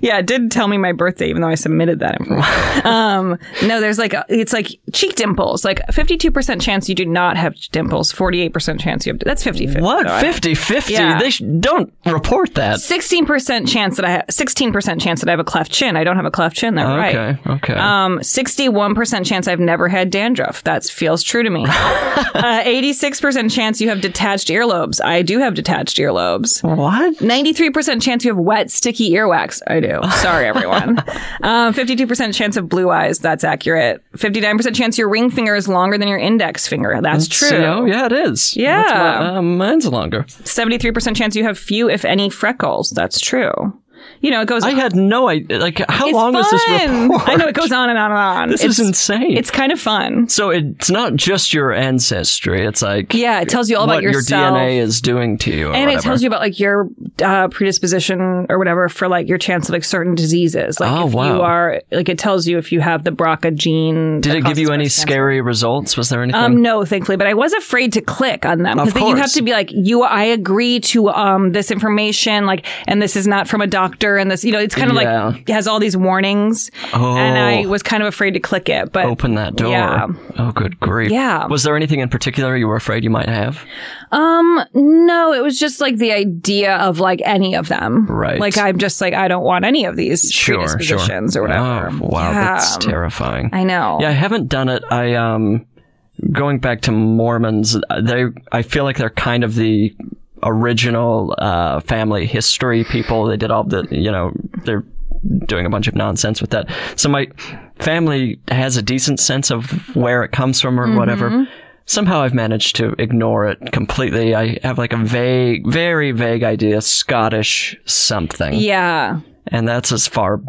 C: Yeah, it did tell me my birthday, even though I submitted that information. um, no, there's like, a, it's like cheek dimples, like 52% chance you do not have dimples, 48% chance you have, that's 50
B: what? 50 50?
C: Yeah.
B: They sh- don't report that.
C: 16% chance that I have, 16% chance that I have a cleft chin. I don't have a cleft chin. They're right.
B: Okay. Okay.
C: Um, 61% chance I've never had dandruff. That feels true to me. uh, 86% chance you have detached earlobes. I do have detached earlobes.
B: what?
C: 93% chance you have wet, sticky earwax. I do. Sorry, everyone. um, 52% chance of blue eyes. That's accurate. 59% chance your ring finger is longer than your index finger. That's true.
B: See, oh, yeah, it is. That's
C: Yeah.
B: why, uh, mine's longer.
C: 73% chance you have few, if any, freckles. That's true. You know, it goes
B: I had no idea. Like, how
C: It's
B: long was this
C: fun.
B: report?
C: I know it goes on and on and on.
B: This is insane.
C: It's kind of fun.
B: so it's not just your ancestry. It's like
C: Yeah, it tells you all
B: what
C: about
B: your
C: yourself.
B: DNA is doing to you, or
C: and
B: whatever.
C: it tells you about like your uh, predisposition or whatever for like your chance of like certain diseases. Like
B: Oh,
C: if
B: wow.
C: you are like it tells you if you have the BRCA gene.
B: Did
C: that
B: it give you
C: causes
B: any
C: breast cancer.
B: scary results? Was there anything?
C: Um, no, thankfully, but I was afraid to click on them
B: Of
C: because you have
B: course.
C: to be like, you, I agree to um this information, like, and this is not from a doctor, and this, you know, it's kind of
B: Yeah.
C: like it has all these warnings,
B: Oh.
C: and I was kind of afraid to click it, but
B: Open that door.
C: Yeah.
B: Oh, good grief.
C: Yeah.
B: Was there anything in particular you were afraid you might have?
C: Um, no, it was just like the idea of like any of them.
B: Right.
C: Like I'm just like I don't want any of these
B: Sure, sure.
C: predispositions or whatever.
B: Oh, wow,
C: Yeah.
B: that's terrifying.
C: I know.
B: Yeah, I haven't done it. I um, going back to Mormons, they I feel like they're kind of the original uh, family history people. They did all the you know they're doing a bunch of nonsense with that. So my family has a decent sense of where it comes from
C: Mm-hmm.
B: or whatever. Somehow I've managed to ignore it completely. I have like a vague, very vague idea, Scottish something,
C: Yeah.
B: and that's as far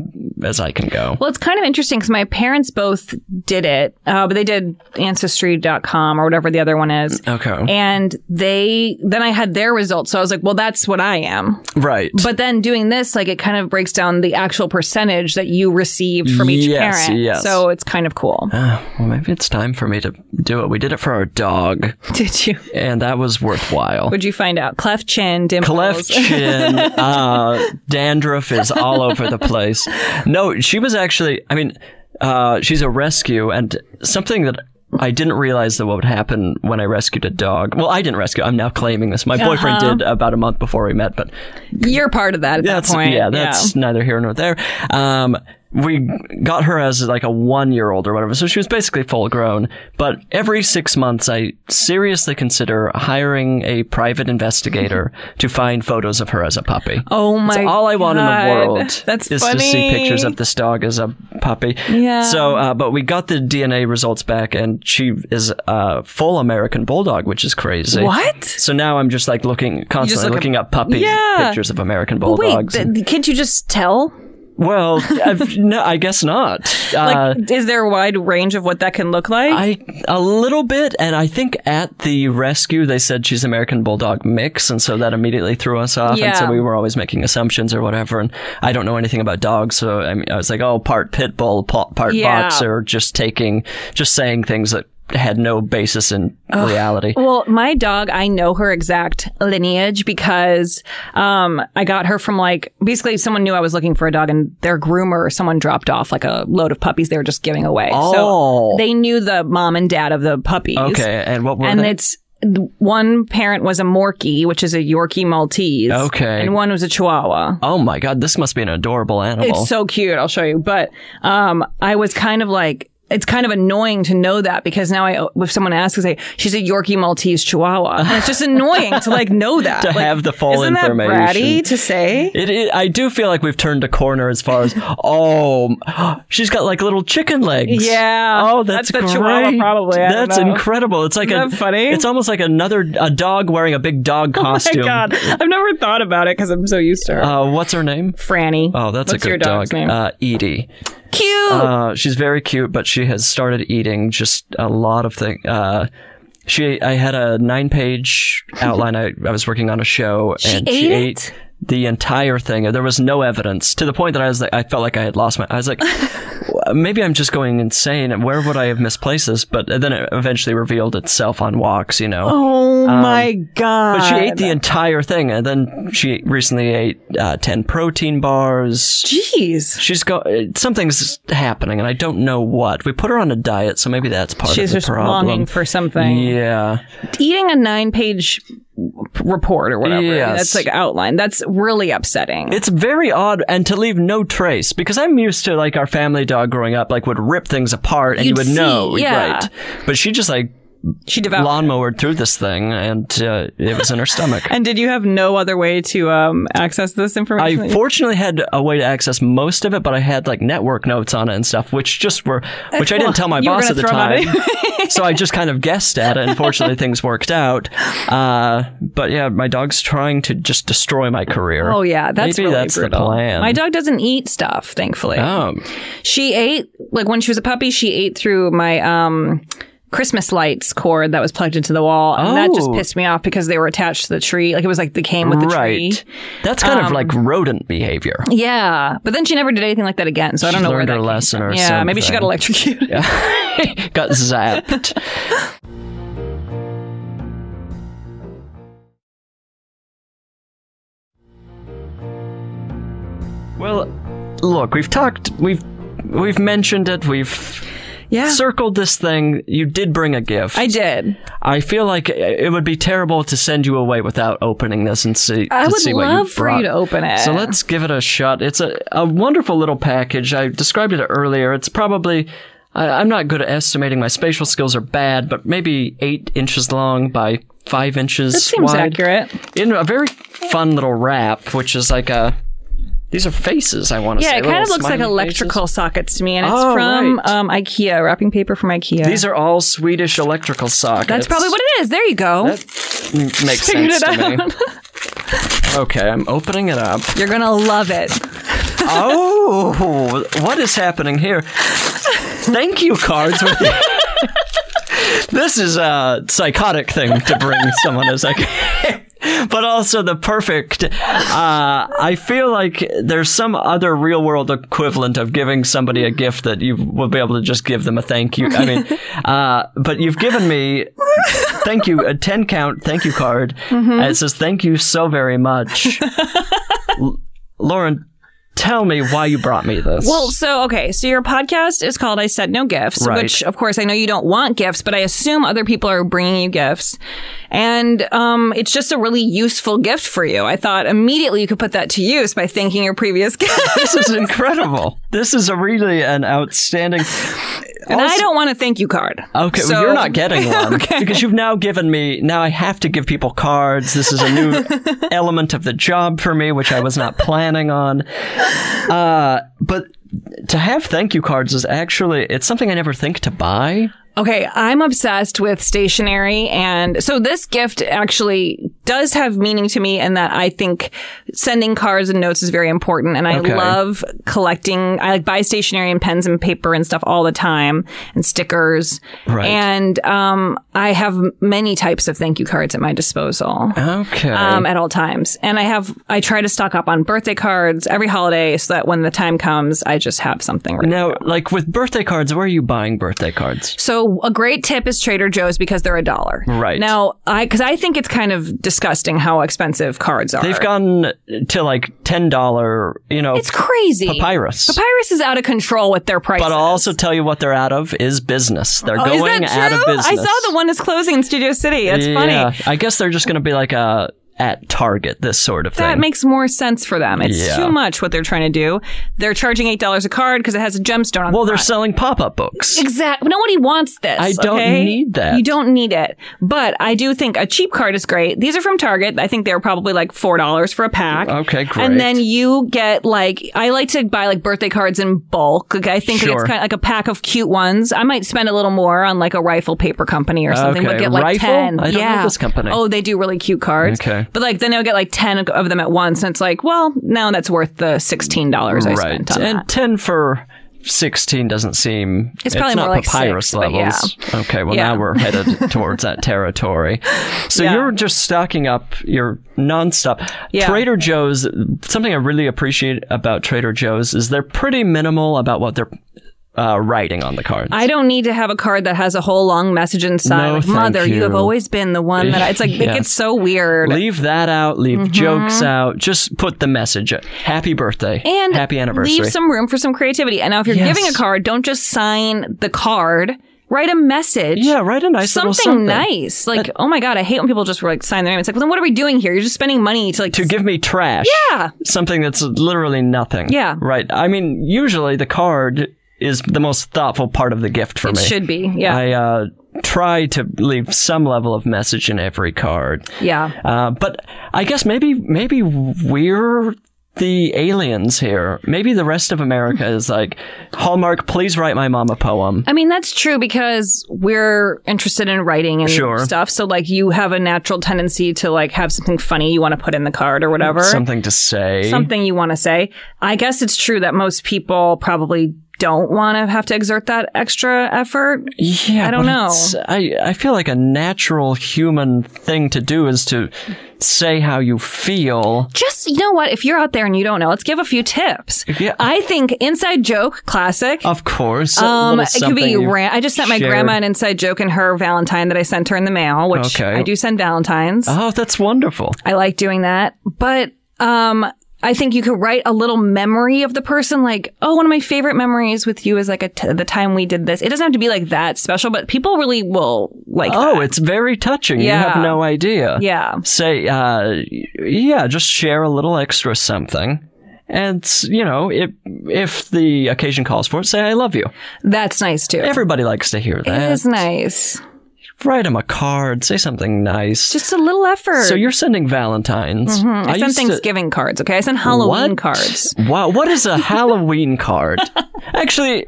B: as I can go.
C: Well, it's kind of interesting because my parents both did it, uh, but they did ancestry.com or whatever the other one is.
B: Okay.
C: And they, then I had their results. So I was like, well, that's what I am.
B: Right.
C: But then doing this, like it kind of breaks down the actual percentage that you received from each
B: Yes,
C: parent.
B: yes.
C: So it's kind of cool.
B: Ah, well, maybe it's time for me to do it. We did it for our dog,
C: Did you?
B: and that was worthwhile.
C: What'd you find out? Cleft chin, dimples.
B: Cleft chin, uh, dandruff is all over the place. No, she was actually, I mean, uh, she's a rescue, and something that I didn't realize that what would happen when I rescued a dog. Well, I didn't rescue. I'm now claiming this. My boyfriend did about a month before we met, but
C: You're part of that at
B: that's
C: that point.
B: yeah, that's neither here nor there. Um, we got her as like a one year old or whatever, so she was basically full grown. But every six months, I seriously consider hiring a private investigator to find photos of her as a puppy.
C: Oh my!
B: That's all I want in
C: God.
B: the world
C: That's
B: is
C: funny.
B: to see pictures of this dog as a puppy.
C: Yeah.
B: So, uh, but we got the DNA results back, and she is a full American bulldog, which is crazy.
C: What?
B: So now I'm just like looking constantly
C: look up-
B: looking up puppy
C: Yeah.
B: pictures of
C: Wait,
B: American bulldogs.
C: th- th- can't you just tell?
B: well, I've, no, I guess not.
C: Like,
B: Uh,
C: is there a wide range of what that can look like?
B: I a little bit, and I think at the rescue they said she's American Bulldog mix, and so that immediately threw us off, and so
C: Yeah.
B: we were always making assumptions or whatever. And I don't know anything about dogs, so I, mean, I was like, oh, part pit bull, pa- part
C: Yeah.
B: boxer, just taking, just saying things that had no basis in reality.
C: Well, my dog, I know her exact lineage because um, I got her from like basically someone knew I was looking for a dog, and their groomer or someone dropped off like a load of puppies they were just giving away.
B: Oh.
C: So they knew the mom and dad of the puppies.
B: Okay, and what were
C: and
B: they?
C: it's one parent was a Morkie, which is a Yorkie Maltese.
B: Okay.
C: and one was a Chihuahua.
B: Oh my god, this must be an adorable animal.
C: It's so cute. I'll show you. But um, I was kind of like, it's kind of annoying to know that because now I, oh, if someone asks, I say she's a Yorkie Maltese Chihuahua. And it's just annoying to like know that
B: To
C: Like,
B: have the full
C: isn't
B: information.
C: That bratty to say.
B: It, it, I do feel like we've turned a corner as far as oh, she's got like little chicken legs.
C: Yeah.
B: Oh,
C: That's
B: that's, great.
C: the chihuahua probably. I don't
B: that's
C: know.
B: incredible. It's like
C: Isn't
B: a
C: that funny?
B: It's almost like another a dog wearing a big dog
C: Oh
B: costume.
C: my God, I've never thought about it because I'm so used to her.
B: Uh, what's her name?
C: Franny.
B: Oh, that's
C: What's
B: a good
C: your dog's
B: dog.
C: name?
B: Uh, Edie.
C: cute.
B: Uh, she's very cute, but she has started eating just a lot of things. Uh, she, I had a nine-page outline. I, I was working on a show, and she
C: ate
B: ate the entire thing. There was no evidence to the point that I was like, I felt like I had lost my. I was like, "Well, maybe I'm just going insane. And where would I have misplaced this? But then it eventually revealed itself on walks. You know.
C: oh my God.
B: um, But she ate the entire thing, and then she recently ate uh, ten protein bars.
C: Jeez.
B: She's go uh, something's happening, and I don't know what. We put her on a diet, so maybe that's part
C: She's
B: of the
C: just
B: problem.
C: longing for something.
B: yeah,
C: eating a nine page report or whatever
B: Yes.
C: that's like outline that's really upsetting
B: it's very odd, and to leave no trace because I'm used to like our family dog growing up, like would rip things apart, and you
C: You'd
B: would
C: see,
B: know,
C: yeah.
B: right? But she just like
C: she devoured
B: lawnmowered through this thing, and uh, it was in her stomach.
C: and did you have no other way to um, access this information
B: I fortunately had a way to access most of it, but I had like network notes on it and stuff, which just were, which I didn't tell my
C: you were
B: boss
C: gonna
B: at the
C: throw 'em at
B: time. so I just kind of guessed at it. Unfortunately, things worked out. Uh, but yeah, my dog's trying to just destroy my career.
C: oh yeah that's
B: Maybe
C: really
B: that's
C: brutal.
B: the plan.
C: my dog doesn't eat stuff thankfully
B: Oh,
C: she ate like when she was a puppy she ate through my um Christmas lights cord that was plugged into the wall, and that just
B: Oh.
C: pissed me off because they were attached to the tree. Like it was like they came with the tree. Um,
B: right. That's kind of like rodent behavior.
C: Yeah, but then she never did anything like that again. So I don't
B: She
C: know where
B: learned
C: that
B: her
C: came
B: lesson
C: from.
B: or
C: Yeah, maybe she
B: something.
C: got electrocuted.
B: Got zapped. well, look, we've talked, we've we've mentioned it, we've
C: Yeah,
B: circled this thing. You did bring a gift.
C: I did.
B: I feel like it would be terrible to send you away without opening this and see.
C: I
B: to
C: would
B: see what
C: love
B: you
C: for you
B: brought.
C: to open it.
B: So let's give it a shot. It's a, a wonderful little package. I described it earlier. It's probably, I, I'm not good at estimating. My spatial skills are bad, but maybe eight inches long by five inches
C: That seems
B: wide.
C: accurate.
B: In a very fun little wrap, which is like a, these are faces, I want to
C: Yeah,
B: say.
C: it kind of
B: little
C: looks like
B: smiley
C: electrical sockets to me, and it's
B: Oh,
C: from
B: right.
C: um, IKEA, wrapping paper from IKEA.
B: faces. These are all Swedish electrical sockets.
C: That's probably what it is. There you go.
B: M- makes
C: Figured
B: sense
C: it
B: to me. Okay, I'm opening it up.
C: You're gonna love it.
B: Oh, Oh, what is happening here? Thank you cards. With this is a psychotic thing to bring someone as like. But also the perfect. Uh, I feel like there's some other real world equivalent of giving somebody a gift that you will be able to just give them a thank you. I mean, uh, but you've given me thank you a ten count thank you card. And it says thank you so very much, L- Lauren. Tell me why you brought me this.
C: Well, so okay, so your podcast is called "I Said No Gifts,"
B: Right.
C: which, of course, I know you don't want gifts, but I assume other people are bringing you gifts, and um, it's just a really useful gift for you. I thought immediately you could put that to use by thanking your previous gift,
B: this is incredible. This is a really an outstanding.
C: and I don't want a thank you card.
B: Okay, well,
C: So-
B: you're not getting one
C: Okay.
B: because you've now given me. Now I have to give people cards. This is a new element of the job for me, which I was not planning on. Uh, but to have thank you cards is actually it's something I never think to buy.
C: Okay, I'm obsessed with stationery. And so this gift actually does have meaning to me in that I think sending cards and notes is very important. And I
B: Okay.
C: love collecting, I like buy stationery and pens and paper and stuff all the time and stickers.
B: Right.
C: And, um, I have many types of thank you cards at my disposal
B: Okay,
C: um, at all times. And I have, I try to stock up on birthday cards every holiday so that when the time comes, I just have something. Ready.
B: now like with birthday cards, where are you buying birthday cards?
C: So a great tip is Trader Joe's because they're a dollar.
B: Right.
C: Now, I cuz I think it's kind of disgusting how expensive cards are.
B: They've gone to like ten dollar, you know,
C: It's crazy.
B: papyrus.
C: Papyrus is out of control with their prices.
B: But I'll also tell you what they're out of is business. They're
C: Oh, is
B: going
C: that
B: out of
C: true?
B: business.
C: I saw the one is closing in Studio City. That's
B: Yeah,
C: funny.
B: I guess they're just going to be like a at Target, this sort of
C: That
B: thing.
C: makes more sense for them. It's
B: Yeah.
C: too much what they're trying to do. They're charging $8 a card cuz it has a gemstone on
B: well,
C: the
B: they're
C: front.
B: selling pop up books.
C: Exactly. Nobody wants this.
B: I don't
C: okay?
B: need that.
C: You don't need it. But I do think a cheap card is great. These are from Target. I think they were probably like $4 for a pack.
B: Okay, great.
C: And then you get like, I like to buy like birthday cards in bulk. Like, I think
B: Sure.
C: it's kind of like a pack of cute ones. I might spend a little more on like a rifle paper company or something,
B: Okay,
C: but get like
B: Rifle?
C: 10.
B: I don't know
C: yeah.
B: this company.
C: Oh, they do really cute cards.
B: Okay.
C: But like, then I'll get like 10 of them at once. And it's like, well, now that's worth the $16 I spent
B: right.
C: on
B: And
C: that.
B: 10 for 16 doesn't seem.
C: It's probably
B: not
C: more like
B: papyrus
C: six, but
B: levels. Okay, well,
C: Yeah.
B: now we're headed towards that territory. So
C: Yeah.
B: you're just stocking up your nonstop.
C: Yeah.
B: Trader Joe's, something I really appreciate about Trader Joe's is they're pretty minimal about what they're uh, writing on the cards.
C: I don't need to have a card that has a whole long message inside.
B: No,
C: like,
B: thank
C: Mother, you.
B: you.
C: have always been the one that I, it's like
B: Yes.
C: it gets so weird.
B: Leave that out. Leave
C: Mm-hmm.
B: jokes out. Just put the message. Happy birthday
C: and
B: happy anniversary.
C: Leave some room for some creativity. And now, if you're
B: Yes.
C: giving a card, don't just sign the card. Write a message.
B: yeah, write a nice
C: Something,
B: little something
C: nice. Like, oh my god, I hate when people just like sign their name. It's like, well, then what are we doing here? You're just spending money to like
B: To give me trash.
C: yeah.
B: Something that's literally nothing.
C: Yeah.
B: Right. I mean, usually the card is the most thoughtful part of the gift for me.
C: Should be. Yeah.
B: I uh, try to leave some level of message in every card.
C: yeah.
B: Uh, but I guess maybe maybe we're the aliens here. Maybe the rest of America is like Hallmark. Please write my mom a poem.
C: I mean, that's true because we're interested in writing and
B: Sure.
C: stuff. So, like, you have a natural tendency to like have something funny you want to put in the card or whatever.
B: Something to say.
C: something you want to say. I guess it's true that most people probably don't want to have to exert that extra effort.
B: Yeah,
C: I don't
B: but
C: know.
B: it's- I I feel like a natural human thing to do is to say how you feel.
C: Just, you know what? If you're out there and you don't know, let's give a few tips.
B: Yeah.
C: I think inside joke, classic.
B: Of course, a
C: Um,
B: little
C: it could
B: something
C: be
B: you-
C: ran- I just sent my
B: shared.
C: grandma an inside joke and her Valentine that I sent her in the mail, which
B: Okay.
C: I do send Valentines.
B: Oh, that's wonderful.
C: I like doing that. But um I think you could write a little memory of the person, like, oh, one of my favorite memories with you is like a t- the time we did this. It doesn't have to be like that special, but people really will like.
B: Oh,
C: that.
B: it's very touching. You
C: Yeah.
B: have no idea.
C: yeah,
B: Say, uh, yeah, just share a little extra something. And, you know, if if the occasion calls for it, say, I love you.
C: that's nice too.
B: Everybody likes to hear
C: it
B: that.
C: is nice,
B: Write them a card, say something nice.
C: just a little effort.
B: so you're sending Valentines. I,
C: Mm-hmm. I, send
B: used to-
C: Thanksgiving cards. Okay, I send Halloween
B: What?
C: cards.
B: Wow, what is a Halloween card? Actually,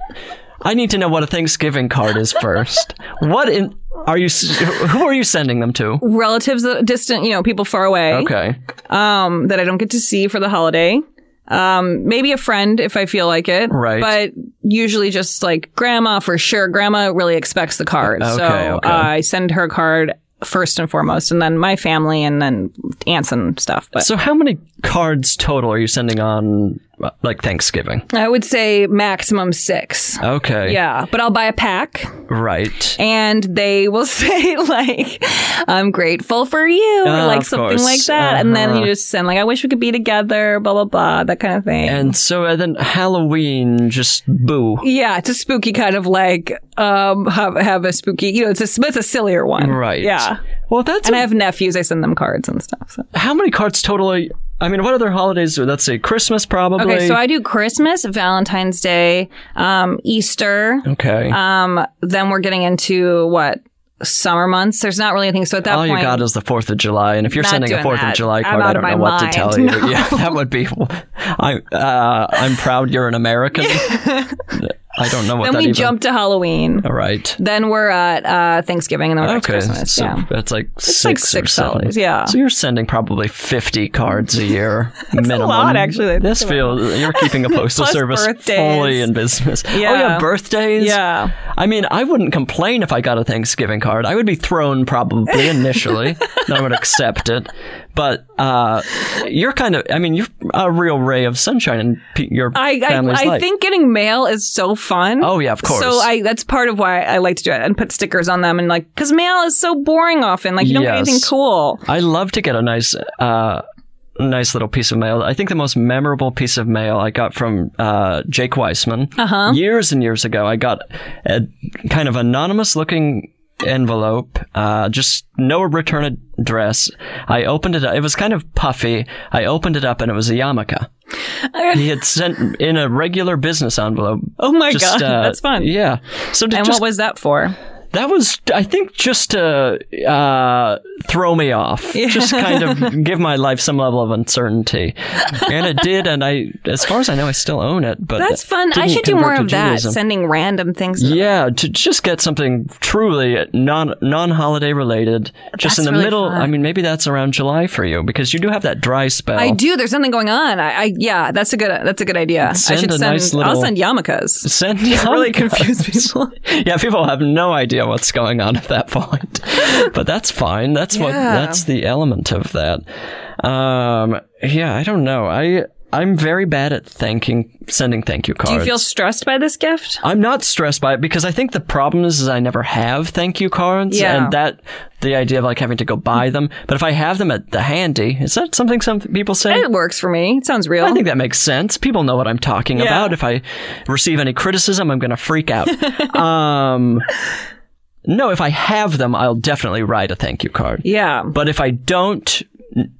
B: I need to know what a Thanksgiving card is first. What in are you? s- Who are you sending them to?
C: Relatives, that- distant, you know, people far away
B: Okay,
C: um, that I don't get to see for the holiday. Um, maybe a friend if I feel like it.
B: Right.
C: But usually just like grandma for sure. Grandma really expects the card.
B: Okay,
C: so
B: okay.
C: Uh, I send her card first and foremost, and then my family and then aunts and stuff. But
B: So, how many cards total are you sending on uh, like Thanksgiving?
C: I would say maximum six.
B: Okay.
C: Yeah, but I'll buy a pack
B: Right.
C: and they will say like I'm grateful for you or
B: Ah,
C: like
B: of
C: something
B: course.
C: like that and then
B: Uh-huh.
C: you just send like I wish we could be together blah blah blah that kind of thing.
B: And so uh, then Halloween, just boo.
C: yeah, it's a spooky kind of like um have, have a spooky, you know, it's a it's a sillier one.
B: Right.
C: Yeah.
B: Well, that's
C: And
B: a-
C: I have nephews, I send them cards and stuff. So.
B: how many cards total? Are you, I mean, what other holidays? Let's say Christmas, probably.
C: Okay, so I do Christmas, Valentine's Day, um Easter,
B: okay.
C: um then we're getting into what summer months. There's not really anything so at that
B: All
C: point
B: Oh, you got is the Fourth of July, and if you're
C: Not
B: sending a
C: doing
B: Fourth of
C: that.
B: July
C: I'm
B: card, I
C: out of
B: don't
C: my
B: know what to
C: mind.
B: tell you.
C: No.
B: Yeah, that would be. I'm uh, I'm proud you're an American. I don't know what
C: then
B: that
C: we
B: even.
C: jump to Halloween.
B: All right.
C: Then we're at uh, Thanksgiving and then we're at
B: Okay,
C: Christmas.
B: so
C: yeah.
B: that's like six,
C: like
B: or
C: six
B: seven.
C: dollars, yeah.
B: So you're sending probably fifty cards a year minimum.
C: lot, actually, that I
B: This
C: think
B: feels you're keeping a postal
C: Plus
B: service
C: birthdays.
B: fully in business. Oh yeah,
C: Yeah.
B: birthdays.
C: Yeah.
B: I mean, I wouldn't complain if I got a Thanksgiving card. I would be thrown probably initially. then I would accept it. But uh, you're kind of, I mean, you're a real ray of sunshine in pe- your
C: I
B: family's
C: I, I
B: life.
C: think getting mail is so fun.
B: Oh, yeah, of course.
C: So I that's part of why I like to do it and put stickers on them and like because mail is so boring often. Like you don't get
B: Yes.
C: anything cool.
B: I love to get a nice, uh, nice little piece of mail. I think the most memorable piece of mail I got from uh, Jake Weissman
C: Uh-huh.
B: years and years ago. I got a kind of anonymous looking envelope, uh, just no return address. I opened it. up. It was kind of puffy. I opened it up and it was a yarmulke. he had sent in a regular business envelope. uh,
C: Oh my God, that's fun.
B: Yeah. So to
C: And
B: just
C: what was that for?
B: that was, I think, just to uh, throw me off, just kind of give my life some level of uncertainty, and it did. And I, as far as I know, I still own it. But
C: That's
B: it
C: fun. I
B: didn't
C: should do
B: convert
C: more
B: to
C: of that.
B: Judaism.
C: Sending random things.
B: Yeah, to just get something truly non non holiday related, just
C: That's
B: in the
C: really
B: middle.
C: fun.
B: I mean, maybe that's around July for you because you do have that dry spell.
C: I do. There's something going on. I, I yeah, that's a good that's a good idea.
B: Send
C: I should
B: a
C: send.
B: nice
C: I'll
B: little-
C: send yarmulkes.
B: Send
C: Really
B: yarmulkes.
C: confuse people.
B: yeah, people have no idea what's going on at that point. but that's fine. That's what
C: Yeah.
B: that's the element of that. Um yeah, I don't know. I I'm very bad at thanking sending thank you cards.
C: Do you feel stressed by this gift?
B: I'm not stressed by it because I think the problem is, is I never have thank you cards
C: Yeah.
B: and that the idea of like having to go buy them. But if I have them at the handy, is that something some people say?
C: It works for me. It sounds real.
B: I think that makes sense. People know what I'm talking
C: Yeah.
B: about. If I receive any criticism, I'm going to freak out. um, no, if I have them, I'll definitely write a thank you card.
C: yeah.
B: But if I don't, n-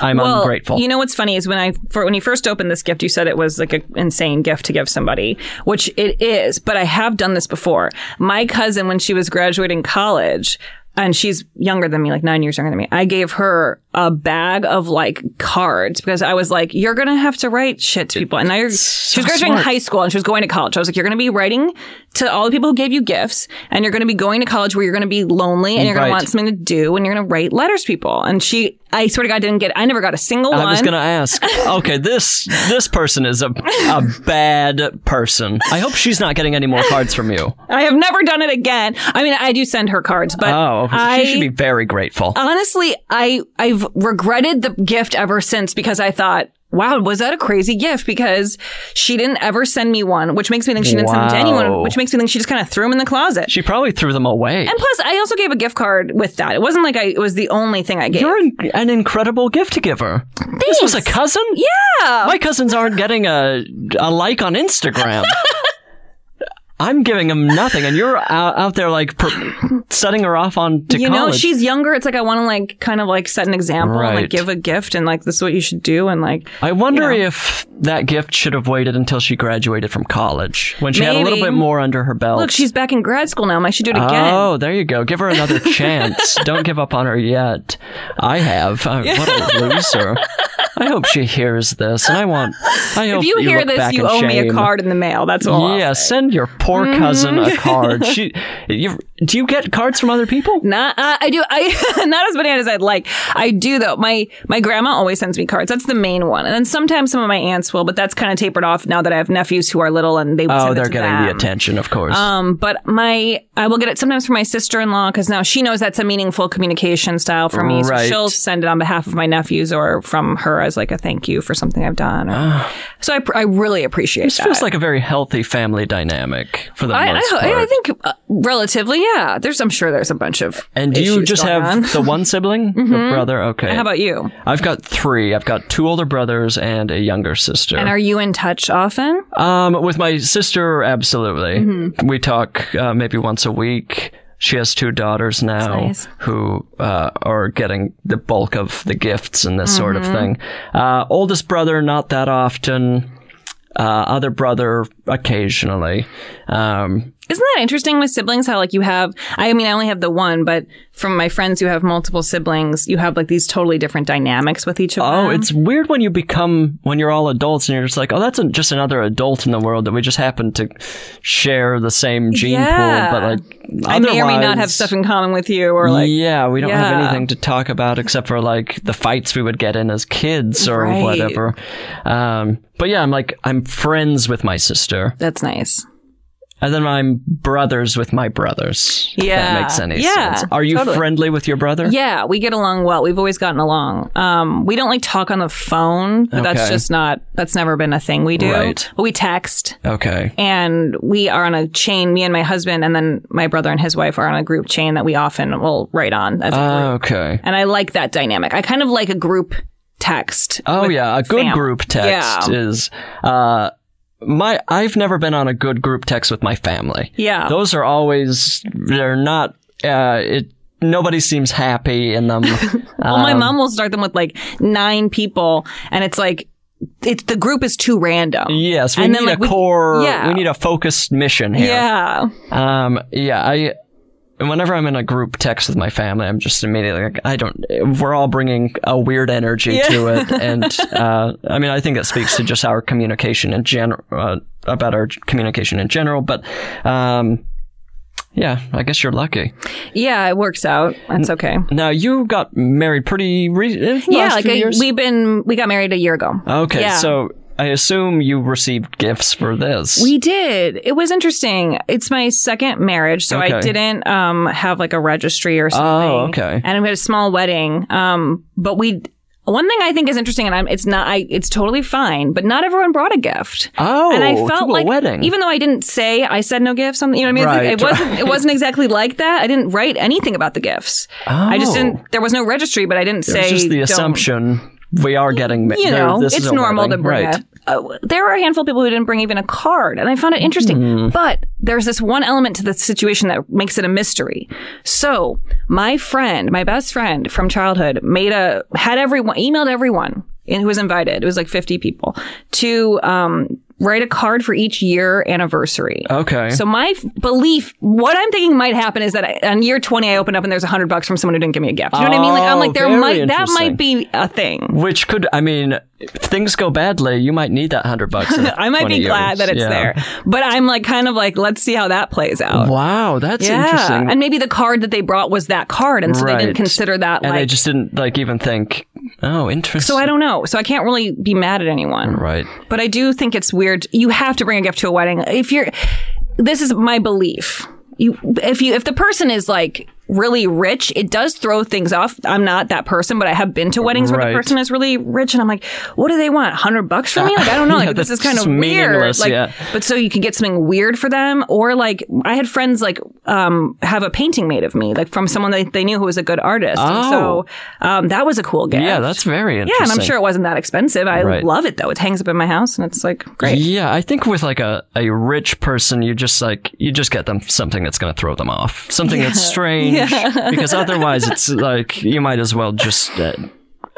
B: I'm
C: well,
B: ungrateful.
C: You know what's funny is when I for, when you first opened this gift, you said it was like an insane gift to give somebody, which it is. But I have done this before. My cousin, when she was graduating college. And she's younger than me, like nine years younger than me. I gave her a bag of like cards because I was like, "You're gonna have to write shit to people." And now you're, she was graduating
B: smart.
C: high school and she was going to college. I was like, "You're gonna be writing to all the people who gave you gifts, and you're gonna be going to college where you're gonna be lonely and you're
B: Right.
C: gonna want something to do, and you're gonna write letters to people." And she, I swear to God, didn't get. I never got a single
B: I was
C: one.
B: going to ask. Okay, this this person is a a bad person. I hope she's not getting any more cards from you.
C: I have never done it again. I mean, I do send her cards, but
B: Oh,
C: I Um,
B: she should be very grateful.
C: honestly, I I've regretted the gift ever since because I thought. Wow, was that a crazy gift? Because she didn't ever send me one, which makes me think she didn't send them to
B: Wow.
C: anyone, which makes me think she just kind of threw them in the closet.
B: she probably threw them away.
C: And plus, I also gave a gift card with that. It wasn't like I it was the only thing I gave.
B: You're an, an incredible gift giver. This was a cousin? Yeah.
C: yeah.
B: My cousins aren't getting a a like on Instagram. I'm giving them nothing, and you're out, out there like per- setting her off on to
C: You know,
B: college.
C: she's younger. It's like I want to like kind of like set an example and
B: Right.
C: like give a gift and like this is what you should do and like
B: I wonder if that gift should have waited until she graduated from college when she had a little
C: Maybe.
B: bit more under her belt.
C: look, she's back in grad school now. I should do it again.
B: Oh, there you go. Give her another chance. Don't give up on her yet. I have. Uh, what a loser. I hope she hears this, and I want. I hope
C: if you, hear
B: look
C: this,
B: back
C: you
B: in
C: owe me a
B: shame.
C: card in the mail. That's all. I'll
B: Yeah,
C: say.
B: send your poor cousin a card. She, you, Do you get cards from other people?
C: Not uh, I do I not as many as I'd like. I do though. My my grandma always sends me cards. That's the main one, and then sometimes some of my aunts will, but that's kind of tapered off now that I have nephews who are little and they. would send
B: Oh,
C: it
B: they're
C: to
B: getting
C: them.
B: the attention, of course.
C: Um, but my I will get it sometimes from my sister in law because now she knows that's a meaningful communication style for me.
B: Right.
C: So she'll send it on behalf of my nephews or from her as like a thank you for something I've done. or- so I, pr- I really appreciate
B: Ah. this
C: that.
B: feels like a very healthy family dynamic for the
C: I, I,
B: most
C: ho-
B: part.
C: I think uh, relatively, yeah. There's, I'm sure there's a bunch of.
B: and you
C: issues
B: just
C: going
B: have
C: on. Mm-hmm.
B: the one sibling, the brother. Okay.
C: How about you?
B: I've got three. I've got two older brothers and a younger sister.
C: And are you in touch often?
B: Um, with my sister, absolutely.
C: Mm-hmm.
B: We talk uh, maybe once a week. She has two daughters now
C: nice.
B: who uh, are getting the bulk of the gifts and this sort
C: Mm-hmm.
B: of thing. Uh, oldest brother, not that often. Uh, other brother, occasionally. Um,
C: Isn't that interesting with siblings? How like you have? I mean, I only have the one, but from my friends who have multiple siblings, you have like these totally different dynamics with each of them.
B: oh, it's weird when you become, when you're all adults and you're just like, oh, that's a, just another adult in the world that we just happen to share the same gene
C: Yeah.
B: pool. But like,
C: I may or may not have
B: otherwise-
C: stuff in common with you, or like
B: yeah, we don't have
C: Yeah.
B: anything to talk about except for like the fights we would get in as kids or
C: Right.
B: whatever. Um, but yeah, I'm like I'm friends with my sister,
C: that's nice.
B: and then I'm brothers with my brothers. if
C: Yeah.
B: that makes any
C: Yeah,
B: sense. Are you
C: totally.
B: friendly with your brother?
C: Yeah, we get along well. We've always gotten along. Um, we don't like talk on the phone. But That's
B: Okay.
C: just not. That's never been a thing we do.
B: Right.
C: But we text,
B: Okay.
C: and we are on a chain. Me and my husband, and then my brother and his wife are on a group chain that we often will write on as a group.
B: Ah, okay.
C: And I like that dynamic. I kind of like a group text.
B: Oh
C: with
B: yeah, a good
C: fam.
B: group text
C: Yeah.
B: is uh my I've never been on a good group text with my family.
C: Yeah.
B: Those are always they're not uh it nobody seems happy in them.
C: Well,
B: Um,
C: my mom will start them with like nine people, and it's like it's the group is too random.
B: Yes, we
C: And
B: need
C: then, like,
B: a
C: we-
B: core.
C: yeah.
B: We need a focused mission here.
C: Yeah.
B: Um. Yeah. I. Whenever I'm in a group text with my family, I'm just immediately like, I don't. We're all bringing a weird energy to it, and uh, I mean, I think that speaks to just our communication in general, uh, about our communication in general. But, um, yeah, I guess you're lucky.
C: Yeah, it works out.
B: Mm.
C: That's okay.
B: Now you got married pretty recently.
C: yeah, like
B: few
C: I-
B: years? Uh,
C: we've been we got married a year ago.
B: Okay,
C: yeah.
B: so I assume you received gifts for this.
C: We did. It was interesting. It's my second marriage, so I
B: Okay.
C: didn't um have like a registry or something.
B: Oh, okay.
C: And we had a small wedding. Um, but we one thing I think is interesting, and I'm it's not I it's totally fine, but not everyone brought a gift.
B: oh,
C: and I
B: to
C: felt
B: a
C: like
B: wedding.
C: even though I didn't say I said no gifts, something you know what I mean. It's like,
B: Right,
C: it wasn't it wasn't exactly like that. I didn't write anything about the gifts. I just
B: Oh.
C: didn't. There was no registry, but I didn't say.
B: It's just the
C: "Don't,"
B: assumption we are getting ma-
C: You
B: there-
C: know,
B: this is
C: it's
B: a
C: normal
B: wedding.
C: to bring.
B: right.
C: A, uh, there were a handful of people who didn't bring even a card, and I found it interesting.
B: Mm-hmm.
C: But there's this one element to the situation that makes it a mystery. So my friend, my best friend from childhood, made a had everyone emailed everyone and who was invited. It was like 50 people to um, write a card for each year anniversary.
B: Okay.
C: So my f- belief, what I'm thinking might happen is that I, on year 20, I open up and there's a hundred bucks from someone who didn't give me a gift. You know what I mean? Like I'm
B: Oh,
C: like there
B: very
C: might that might
B: interesting.
C: be a thing.
B: Which could, I mean, if things go badly, you might need that hundred bucks. in
C: I might
B: 20
C: be glad
B: years.
C: that it's
B: Yeah.
C: there, but I'm like kind of like let's see how that plays out.
B: Wow, that's
C: Yeah,
B: interesting.
C: and maybe the card that they brought was that card, and so they didn't
B: Right.
C: consider that
B: And I
C: like.
B: just didn't like even think. Oh, interesting.
C: so I don't know. So I can't really be mad at anyone.
B: Right.
C: But I do think it's weird. You have to bring a gift to a wedding. If you're, this is my belief. You, if you, if the person is like really rich, it does throw things off. I'm not that person, but I have been to weddings where the
B: Right.
C: person is really rich, and I'm like, what do they want? Hundred bucks from me? Like I don't know. Like
B: Yeah,
C: this is
B: that's
C: kind of
B: just
C: weird.
B: meaningless,
C: Like,
B: yeah.
C: but so you can get something weird for them, or like I had friends like um have a painting made of me, like from someone that they knew who was a good artist. And
B: Oh.
C: so um, that was a cool gift.
B: Yeah, that's very
C: Yeah,
B: interesting.
C: and I'm sure it wasn't that expensive. I
B: Right.
C: love it though. It hangs up in my house and it's like great.
B: Yeah, I think with like a, a rich person, you just like you just get them something that's going to throw them off, something that's strange, because otherwise it's like you might as well just. Uh,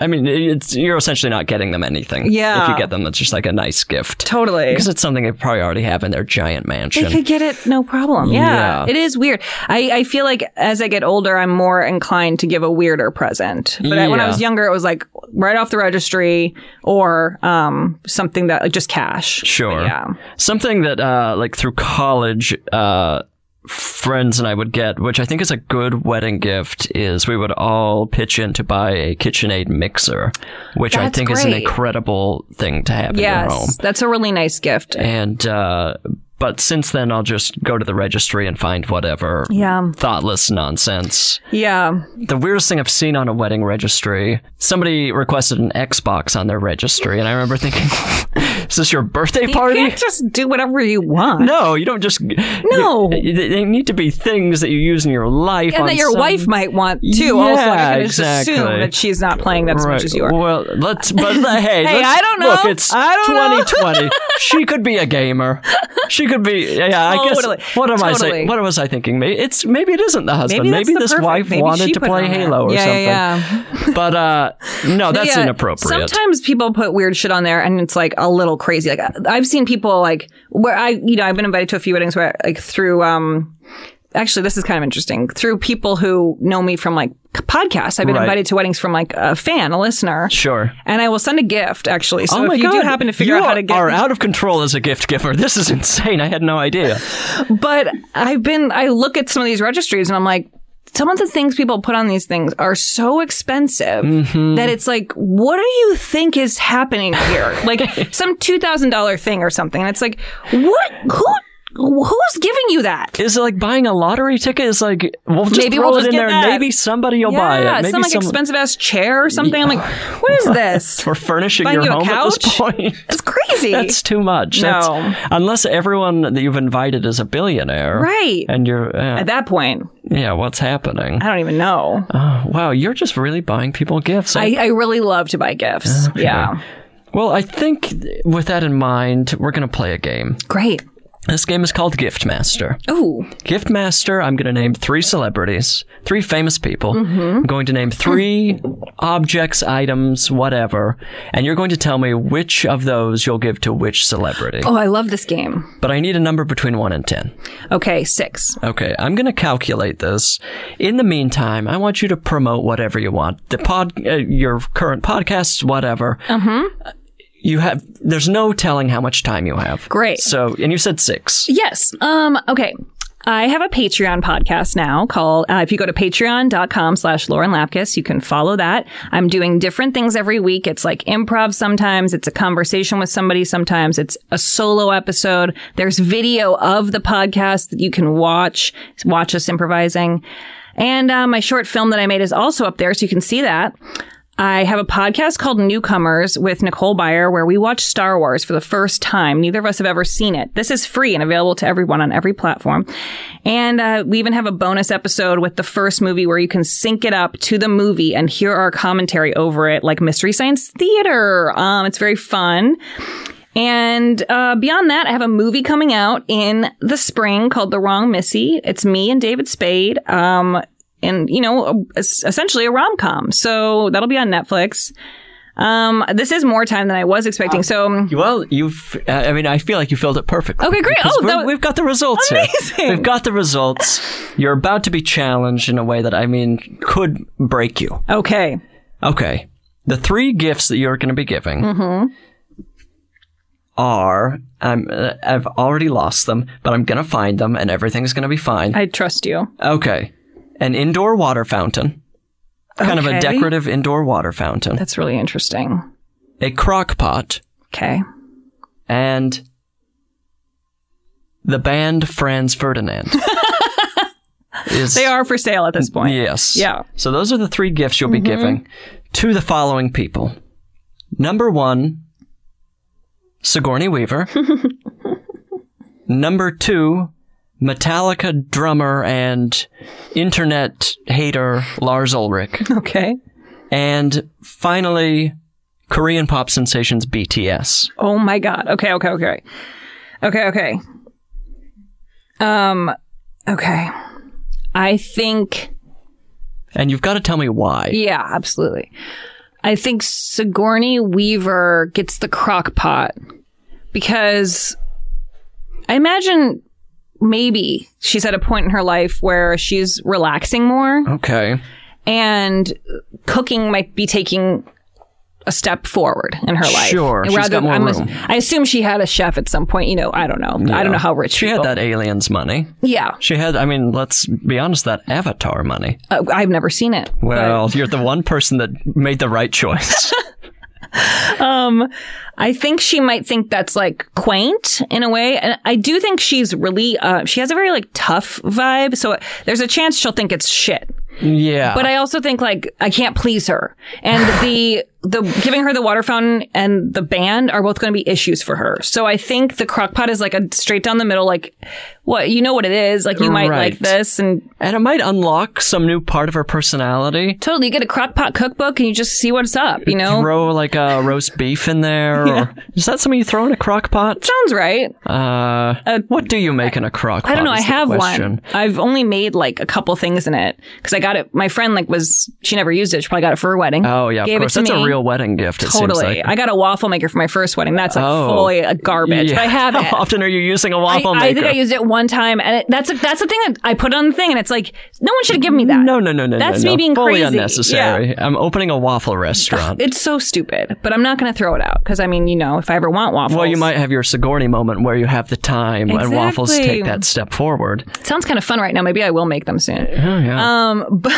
B: I mean, it's you're essentially not getting them anything.
C: Yeah.
B: if you get them, that's just like a nice gift.
C: Totally.
B: because it's something they probably already have in their giant
C: They could
B: mansion.
C: get it no problem. Yeah.
B: Yeah.
C: It is weird. I, I feel like as I get older, I'm more inclined to give a weirder present. But I, when I
B: Yeah.
C: was younger, it was like right off the registry or um, something that like just cash.
B: Sure.
C: But yeah.
B: Something that uh, like through college. Uh, friends and I would get, which I think is a good wedding gift, is we would all pitch in to buy a KitchenAid mixer, which I
C: That's
B: think is an
C: great.
B: incredible thing to have in your home.
C: Yes, that's a really nice gift.
B: And uh, but since then, I'll just go to the registry and find whatever
C: Yeah.
B: thoughtless nonsense.
C: Yeah.
B: The weirdest thing I've seen on a wedding registry, somebody requested an Xbox on their registry, and I remember thinking, "Is this your birthday party?"
C: You can't just do whatever you want.
B: No, you don't just.
C: No.
B: you- they they need to be things that you use in your life.
C: and
B: on
C: that your
B: some-
C: wife might want too.
B: Yeah,
C: also, I can just assume
B: exactly.
C: that she's not playing that as much as you are.
B: Well, let's. But
C: Hey,
B: hey, let's-
C: I don't
B: Look,
C: know.
B: it's
C: I don't know.
B: 2020. she could be a gamer. She could be. Yeah, I
C: Totally.
B: guess. What am I
C: Totally.
B: saying? What was I thinking? Maybe it's maybe it isn't the husband.
C: Maybe,
B: Maybe,
C: that's the
B: this
C: perfect-
B: wife
C: maybe
B: wanted
C: she
B: to
C: put
B: play
C: on that.
B: Halo or
C: yeah,
B: something.
C: Yeah, yeah.
B: But uh, no, that's
C: Yeah,
B: inappropriate.
C: Sometimes people put weird shit on there, and it's like a little crazy. Like I've seen people like where I, you know, I've been invited to a few weddings where like through um. Actually, this is kind of interesting. Through people who know me from like podcasts, I've been
B: Right.
C: invited to weddings from like a fan, a listener,
B: Sure.
C: and I will send a gift. Actually, so
B: oh my
C: if you do
B: God.
C: happen to figure
B: You
C: out how to get
B: are out of control as a gift giver. This is insane. I had no idea.
C: but I've been I look at some of these registries and I'm like some of the things people put on these things are so expensive
B: Mm-hmm.
C: that it's like what do you think is happening here like some $2000 thing or something and it's like what who who's giving you that
B: Is it like buying a lottery ticket? It's like we'll just
C: Maybe
B: throw
C: we'll
B: it
C: just
B: in
C: get
B: there.
C: that.
B: Maybe somebody will buy
C: yeah
B: it. Maybe
C: some like
B: someone-
C: expensive ass chair or something I'm like what is this
B: for furnishing
C: Buying
B: your
C: you a
B: home at this
C: couch?
B: point.
C: it's crazy
B: That's too much.
C: No.
B: That's, unless everyone that you've invited is a billionaire,
C: Right.
B: And you're, uh,
C: at that point
B: yeah. What's happening?
C: I don't even know
B: Oh, wow, you're just really buying people gifts.
C: I, I really love to buy gifts yeah
B: well, I think th- with that in mind, we're gonna play a game.
C: great
B: This game is called Gift Master.
C: oh
B: Gift Master, I'm going to name three celebrities, three famous people.
C: Mm-hmm.
B: I'm going to name three objects, items, whatever, and you're going to tell me which of those you'll give to which celebrity.
C: oh I love this game
B: But I need a number between 1 and 10.
C: okay six
B: Okay, I'm going to calculate this. In the meantime, I want you to promote whatever you want. The pod uh, your current podcasts, whatever. Mhm.
C: Mm-hmm.
B: You have there's no telling how much time you have.
C: Great.
B: So, and you said 6.
C: Yes. Um, okay. I have a Patreon podcast now called, uh, if you go to patreon.com slash Lauren Lapkus, you can follow that. I'm doing different things every week. It's like improv sometimes. It's a conversation with somebody sometimes. It's a solo episode. There's video of the podcast that you can watch, watch us improvising. And uh, my short film that I made is also up there, so you can see that. I have a podcast called Newcomers with Nicole Byer where we watch Star Wars for the first time. Neither of us have ever seen it. This is free and available to everyone on every platform. And uh, we even have a bonus episode with the first movie where you can sync it up to the movie and hear our commentary over it, like Mystery Science Theater. Um, it's very fun. And uh, beyond that, I have a movie coming out in the spring called The Wrong Missy. It's me and David Spade. Um, and you know, es- essentially a rom com. So that'll be on Netflix. Um, this is more time than I was expecting. So um,
B: Well, you've. uh, I mean, I feel like you filled it perfectly.
C: Okay, great.
B: Because
C: Oh,
B: we're-
C: that-
B: we've got the results.
C: Amazing.
B: Here. We've got the results. You're about to be challenged in a way that I mean could break you.
C: okay,
B: Okay, the three gifts that you're going to be giving
C: Mm-hmm.
B: are. I'm. uh, I've already lost them, but I'm going to find them, and everything's going to be fine.
C: I trust you.
B: okay, an indoor water fountain. Kind of a
C: Okay.
B: decorative indoor water fountain.
C: That's really interesting.
B: A crock pot.
C: Okay.
B: and the band Franz Ferdinand. is,
C: They are for sale at this point.
B: Yes.
C: Yeah. Mm-hmm.
B: So those are the three gifts you'll be giving to the following people. Number one, Sigourney Weaver. Number two, Metallica drummer and internet hater Lars Ulrich.
C: Okay.
B: and finally, Korean pop sensations BTS.
C: Oh my god. Okay, okay, okay. Okay, okay. Um okay. I think
B: And you've got to tell me why.
C: yeah, absolutely. I think Sigourney Weaver gets the crock pot because I imagine maybe she's at a point in her life where she's relaxing more
B: Okay.
C: and cooking might be taking a step forward in her life.
B: Sure,
C: And
B: she's got more
C: I'm a-
B: room.
C: I assume she had a chef at some point. You know, I don't know. I don't know how rich
B: She had that aliens money.
C: Yeah,
B: She had, I mean, let's be honest, that Avatar money.
C: Uh, I've never seen it. but-
B: Well, you're the one person that made the right choice.
C: I think she might think that's like quaint in a way. And I do think she's really, uh, she has a very like tough vibe. So there's a chance she'll think it's shit.
B: yeah.
C: But I also think like I can't please her. And the, the giving her the water fountain and the band are both going to be issues for her. So I think the crock pot is like a straight down the middle, like what, you know what it is. Like you might
B: Right.
C: like this and
B: and it might unlock some new part of her personality.
C: totally you get a crock pot cookbook and you just see what's up, you know?
B: Throw like a roast beef in there. Or, is that something you throw in a crock pot?
C: Sounds right.
B: Uh, what do you make in a crock pot?
C: I don't know. I
B: is the
C: have
B: question.
C: one. I've only made like a couple things in it because I got it. My friend like was she never used it. She probably got it for her wedding.
B: Oh, yeah,
C: Gave
B: of course.
C: It to
B: That's
C: me.
B: a real wedding gift, it
C: Totally.
B: seems like.
C: I got a waffle maker for my first wedding. That's like
B: Oh.
C: fully a garbage. But I have it.
B: How often are you using a
C: I,
B: waffle
C: I
B: maker?
C: think I used it one time, and it, that's that's the thing that I put on the thing, and it's like no one should have given me that.
B: no, no, no, no.
C: That's
B: no,
C: me
B: no.
C: being
B: Fully
C: crazy.
B: unnecessary. I'm opening a waffle restaurant.
C: It's so stupid, but I'm not going to throw it out because I mean, you know, if I ever want waffles,
B: Well, you might have your Sigourney moment where you have the time and waffles
C: Exactly.
B: take that step forward.
C: It sounds kind of fun right now. Maybe I will make them soon.
B: Oh, yeah.
C: Um, but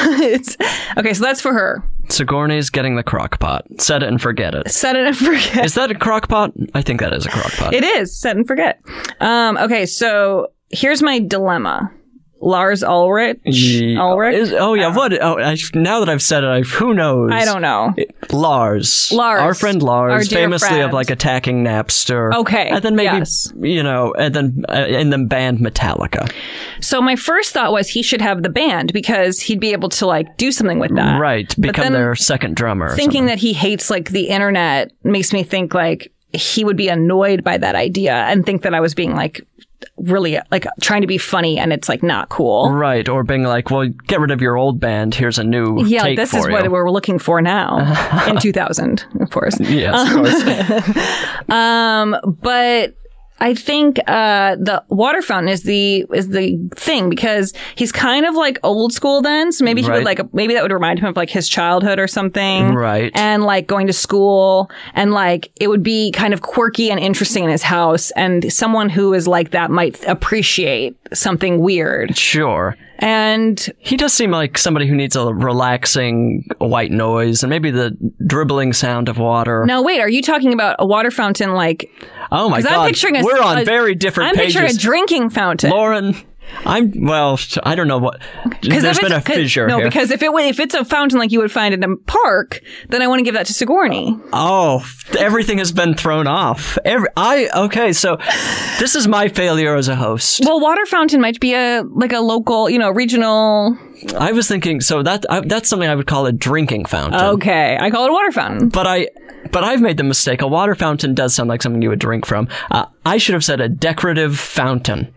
C: okay, so that's for her.
B: Sigourney's getting the crock pot. Set it and forget it.
C: Set it and forget.
B: Is that a crock pot? I think that is a crock pot.
C: It is set and forget. Um, okay, so here's my dilemma: Lars Ulrich.
B: Ye-
C: Ulrich. Uh,
B: is- oh, yeah. What? Oh, I, now that I've said it, I, who knows?
C: I don't know.
B: Lars.
C: Lars.
B: Our friend Lars,
C: Our dear
B: famously
C: friend.
B: of like attacking Napster.
C: Okay,
B: And then maybe,
C: yes.
B: you know, and then, uh, and then banned Metallica.
C: So my first thought was he should have the band because he'd be able to like do something with that.
B: Right. Become
C: Uh, then
B: their second drummer. or
C: Thinking that he hates like the internet makes me think like he would be annoyed by that idea and think that I was being like really like trying to be funny and it's like not cool.
B: Right, or being like, "Well, get rid of your old band. Here's a new
C: Yeah, like,
B: take
C: this
B: for
C: is
B: you."
C: what we're looking for now in 2000, of course.
B: yes,
C: Um,
B: of course.
C: but I think uh, the water fountain is the is the thing because he's kind of like old school then, so maybe he would
B: Right.
C: like maybe that would remind him of like his childhood or something,
B: Right.
C: And like going to school and like it would be kind of quirky and interesting in his house, and someone who is like that might appreciate something weird.
B: sure.
C: And
B: He does seem like somebody who needs a relaxing white noise and maybe the dribbling sound of water.
C: now wait, are you talking about a water fountain like
B: oh my
C: 'cause
B: god,
C: I'm picturing a,
B: we're on
C: a-
B: very different
C: I'm
B: pages.
C: picturing a drinking fountain.
B: Lauren, I'm well. I don't know what.
C: Because
B: There's
C: if
B: been a
C: it's- 'cause-
B: fissure
C: No,
B: here.
C: because if it wa- if it's a fountain like you would find in a park, then I want to give that to Sigourney.
B: Oh, everything has been thrown off. Every, I okay. So this is my failure as a host.
C: Well, water fountain might be a like a local, you know, regional.
B: I was thinking. So that I, that's something I would call a drinking fountain.
C: Okay, I call it a water fountain.
B: but I but I've made the mistake. A water fountain does sound like something you would drink from. Uh, I should have said a decorative fountain,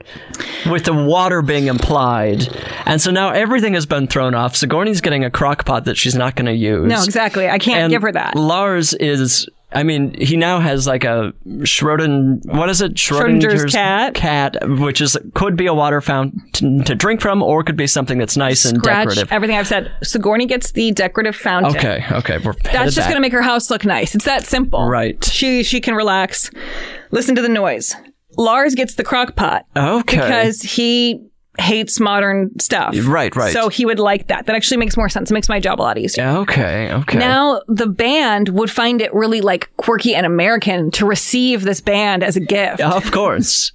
B: with the water being implied. And so now everything has been thrown off. Sigourney's getting a crock pot that she's not going to use.
C: No, exactly. I can't
B: And
C: give her that.
B: Lars is. I mean, he now has like a Schroden. What is it?
C: Schrodinger's cat.
B: Cat, which is could be a water fountain to drink from, or could be something that's nice and
C: Scratch
B: decorative.
C: everything I've said. Sigourney gets the decorative fountain.
B: Okay, okay, we're
C: That's just going to make her house look nice. It's that simple.
B: Right.
C: She she can relax. Listen to the noise. Lars gets the crock pot.
B: Okay.
C: Because he hates modern stuff.
B: Right, right.
C: So he would like that. That actually makes more sense. It makes my job a lot easier.
B: Okay, okay.
C: Now the band would find it really like quirky and American to receive this band as a gift.
B: Of course.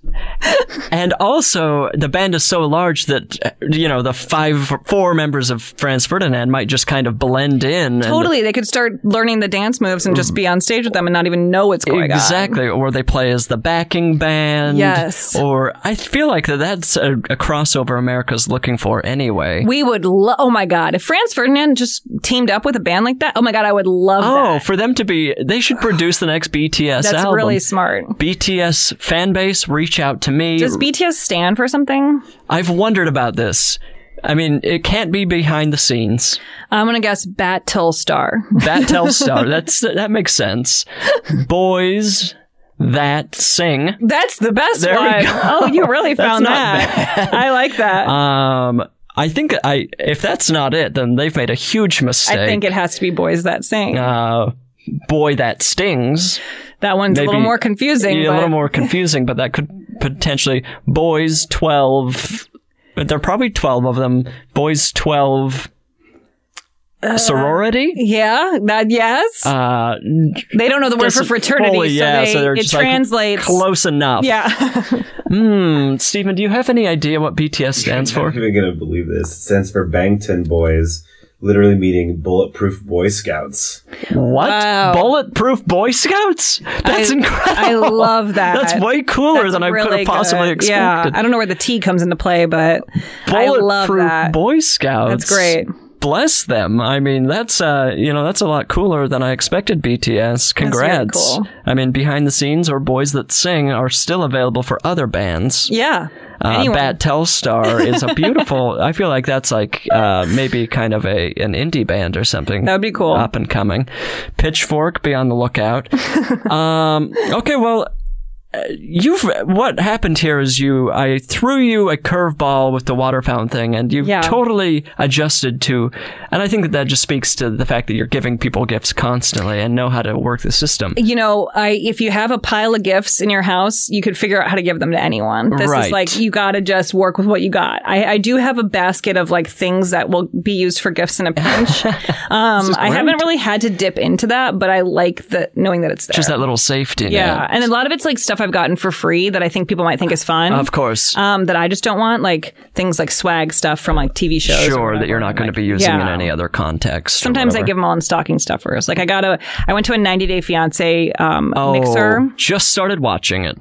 B: and also, the band is so large that, uh, you know, the five, four members of Franz Ferdinand might just kind of blend in. and-
C: Totally, they could start learning the dance moves and
B: Mm.
C: just be on stage with them and not even know what's going on.
B: Exactly, or they play as the backing band.
C: Yes.
B: Or I feel like that that's a, a crossover America's looking for anyway.
C: We would lo- oh my god, if Franz Ferdinand just teamed up with a band like that, oh my god, I would love
B: oh,
C: that.
B: for them to be, they should produce the next BTS
C: That's
B: album.
C: really smart.
B: BTS fan base, reach out to me.
C: Does BTS stand for something?
B: I've wondered about this. I mean, it can't be behind the scenes.
C: I'm gonna guess Battle Star.
B: That tells star. That's that makes sense. Boys that sing.
C: That's the best
B: There we
C: one.
B: go.
C: Oh, you really
B: That's
C: found
B: not
C: that. I like that.
B: Um, I think I if that's not it, then they've made a huge mistake.
C: I think it has to be boys that sing.
B: Uh, boy that stings
C: That one's a little
B: Maybe-
C: more confusing.
B: Yeah, a little
C: but-
B: more confusing, but that could potentially boys twelve. But there are probably twelve of them. Boys twelve. sorority.
C: Uh, Yeah, that yes.
B: Uh,
C: they don't know the word for
B: doesn't
C: fraternity,
B: fully- yeah,
C: so, they,
B: so they're
C: it
B: just, like,
C: translates.
B: close enough.
C: yeah,
B: Hmm. Stephen, do you have any idea what BTS stands for?
D: I'm not even gonna believe this. It stands for Bangtan Boys, literally meaning bulletproof Boy Scouts.
B: What?
C: Wow.
B: Bulletproof Boy Scouts? That's
C: I-
B: incredible.
C: I love that.
B: That's way cooler
C: That's
B: than I could
C: really
B: have possibly
C: good. Yeah,
B: expected.
C: I don't know where the T comes into play, but I
B: Bulletproof
C: love that.
B: Boy Scouts.
C: That's great.
B: Bless them. I mean, that's uh, you know, that's a lot cooler than I expected. BTS. Congrats.
C: cool.
B: I mean, behind the scenes or Boys That Sing are still available for other bands.
C: Yeah.
B: Uh,
C: Anyone.
B: Bat Telstar is a beautiful. I feel like that's like uh, maybe kind of a an indie band or something.
C: That'd be cool.
B: Up and coming. Pitchfork, be on the lookout. um, okay, well, uh, you've what happened here is you. I threw you a curveball with the water fountain thing, and you
C: Yeah.
B: totally adjusted to. And I think that that just speaks to the fact that you're giving people gifts constantly and know how to work the system.
C: you know, I if you have a pile of gifts in your house, you could figure out how to give them to anyone. This
B: Right.
C: is like you got to just work with what you got. I, I do have a basket of like things that will be used for gifts in a pinch. um, I haven't really had to dip into that, but I like the knowing that it's there.
B: Just that little safety.
C: yeah.
B: net.
C: and a lot of it's like stuff I've gotten for free that I think people might think is fun.
B: of course.
C: Um, that I just don't want, like things like swag stuff from like TV shows. or
B: sure that you're
C: whatever.
B: not going
C: Like,
B: to be using in
C: yeah.
B: any other context. or
C: Sometimes I
B: whatever.
C: give them all in stocking stuffers. Like I got a, I went to a 90 Day Fiance um,
B: Oh.
C: mixer.
B: Just started watching it.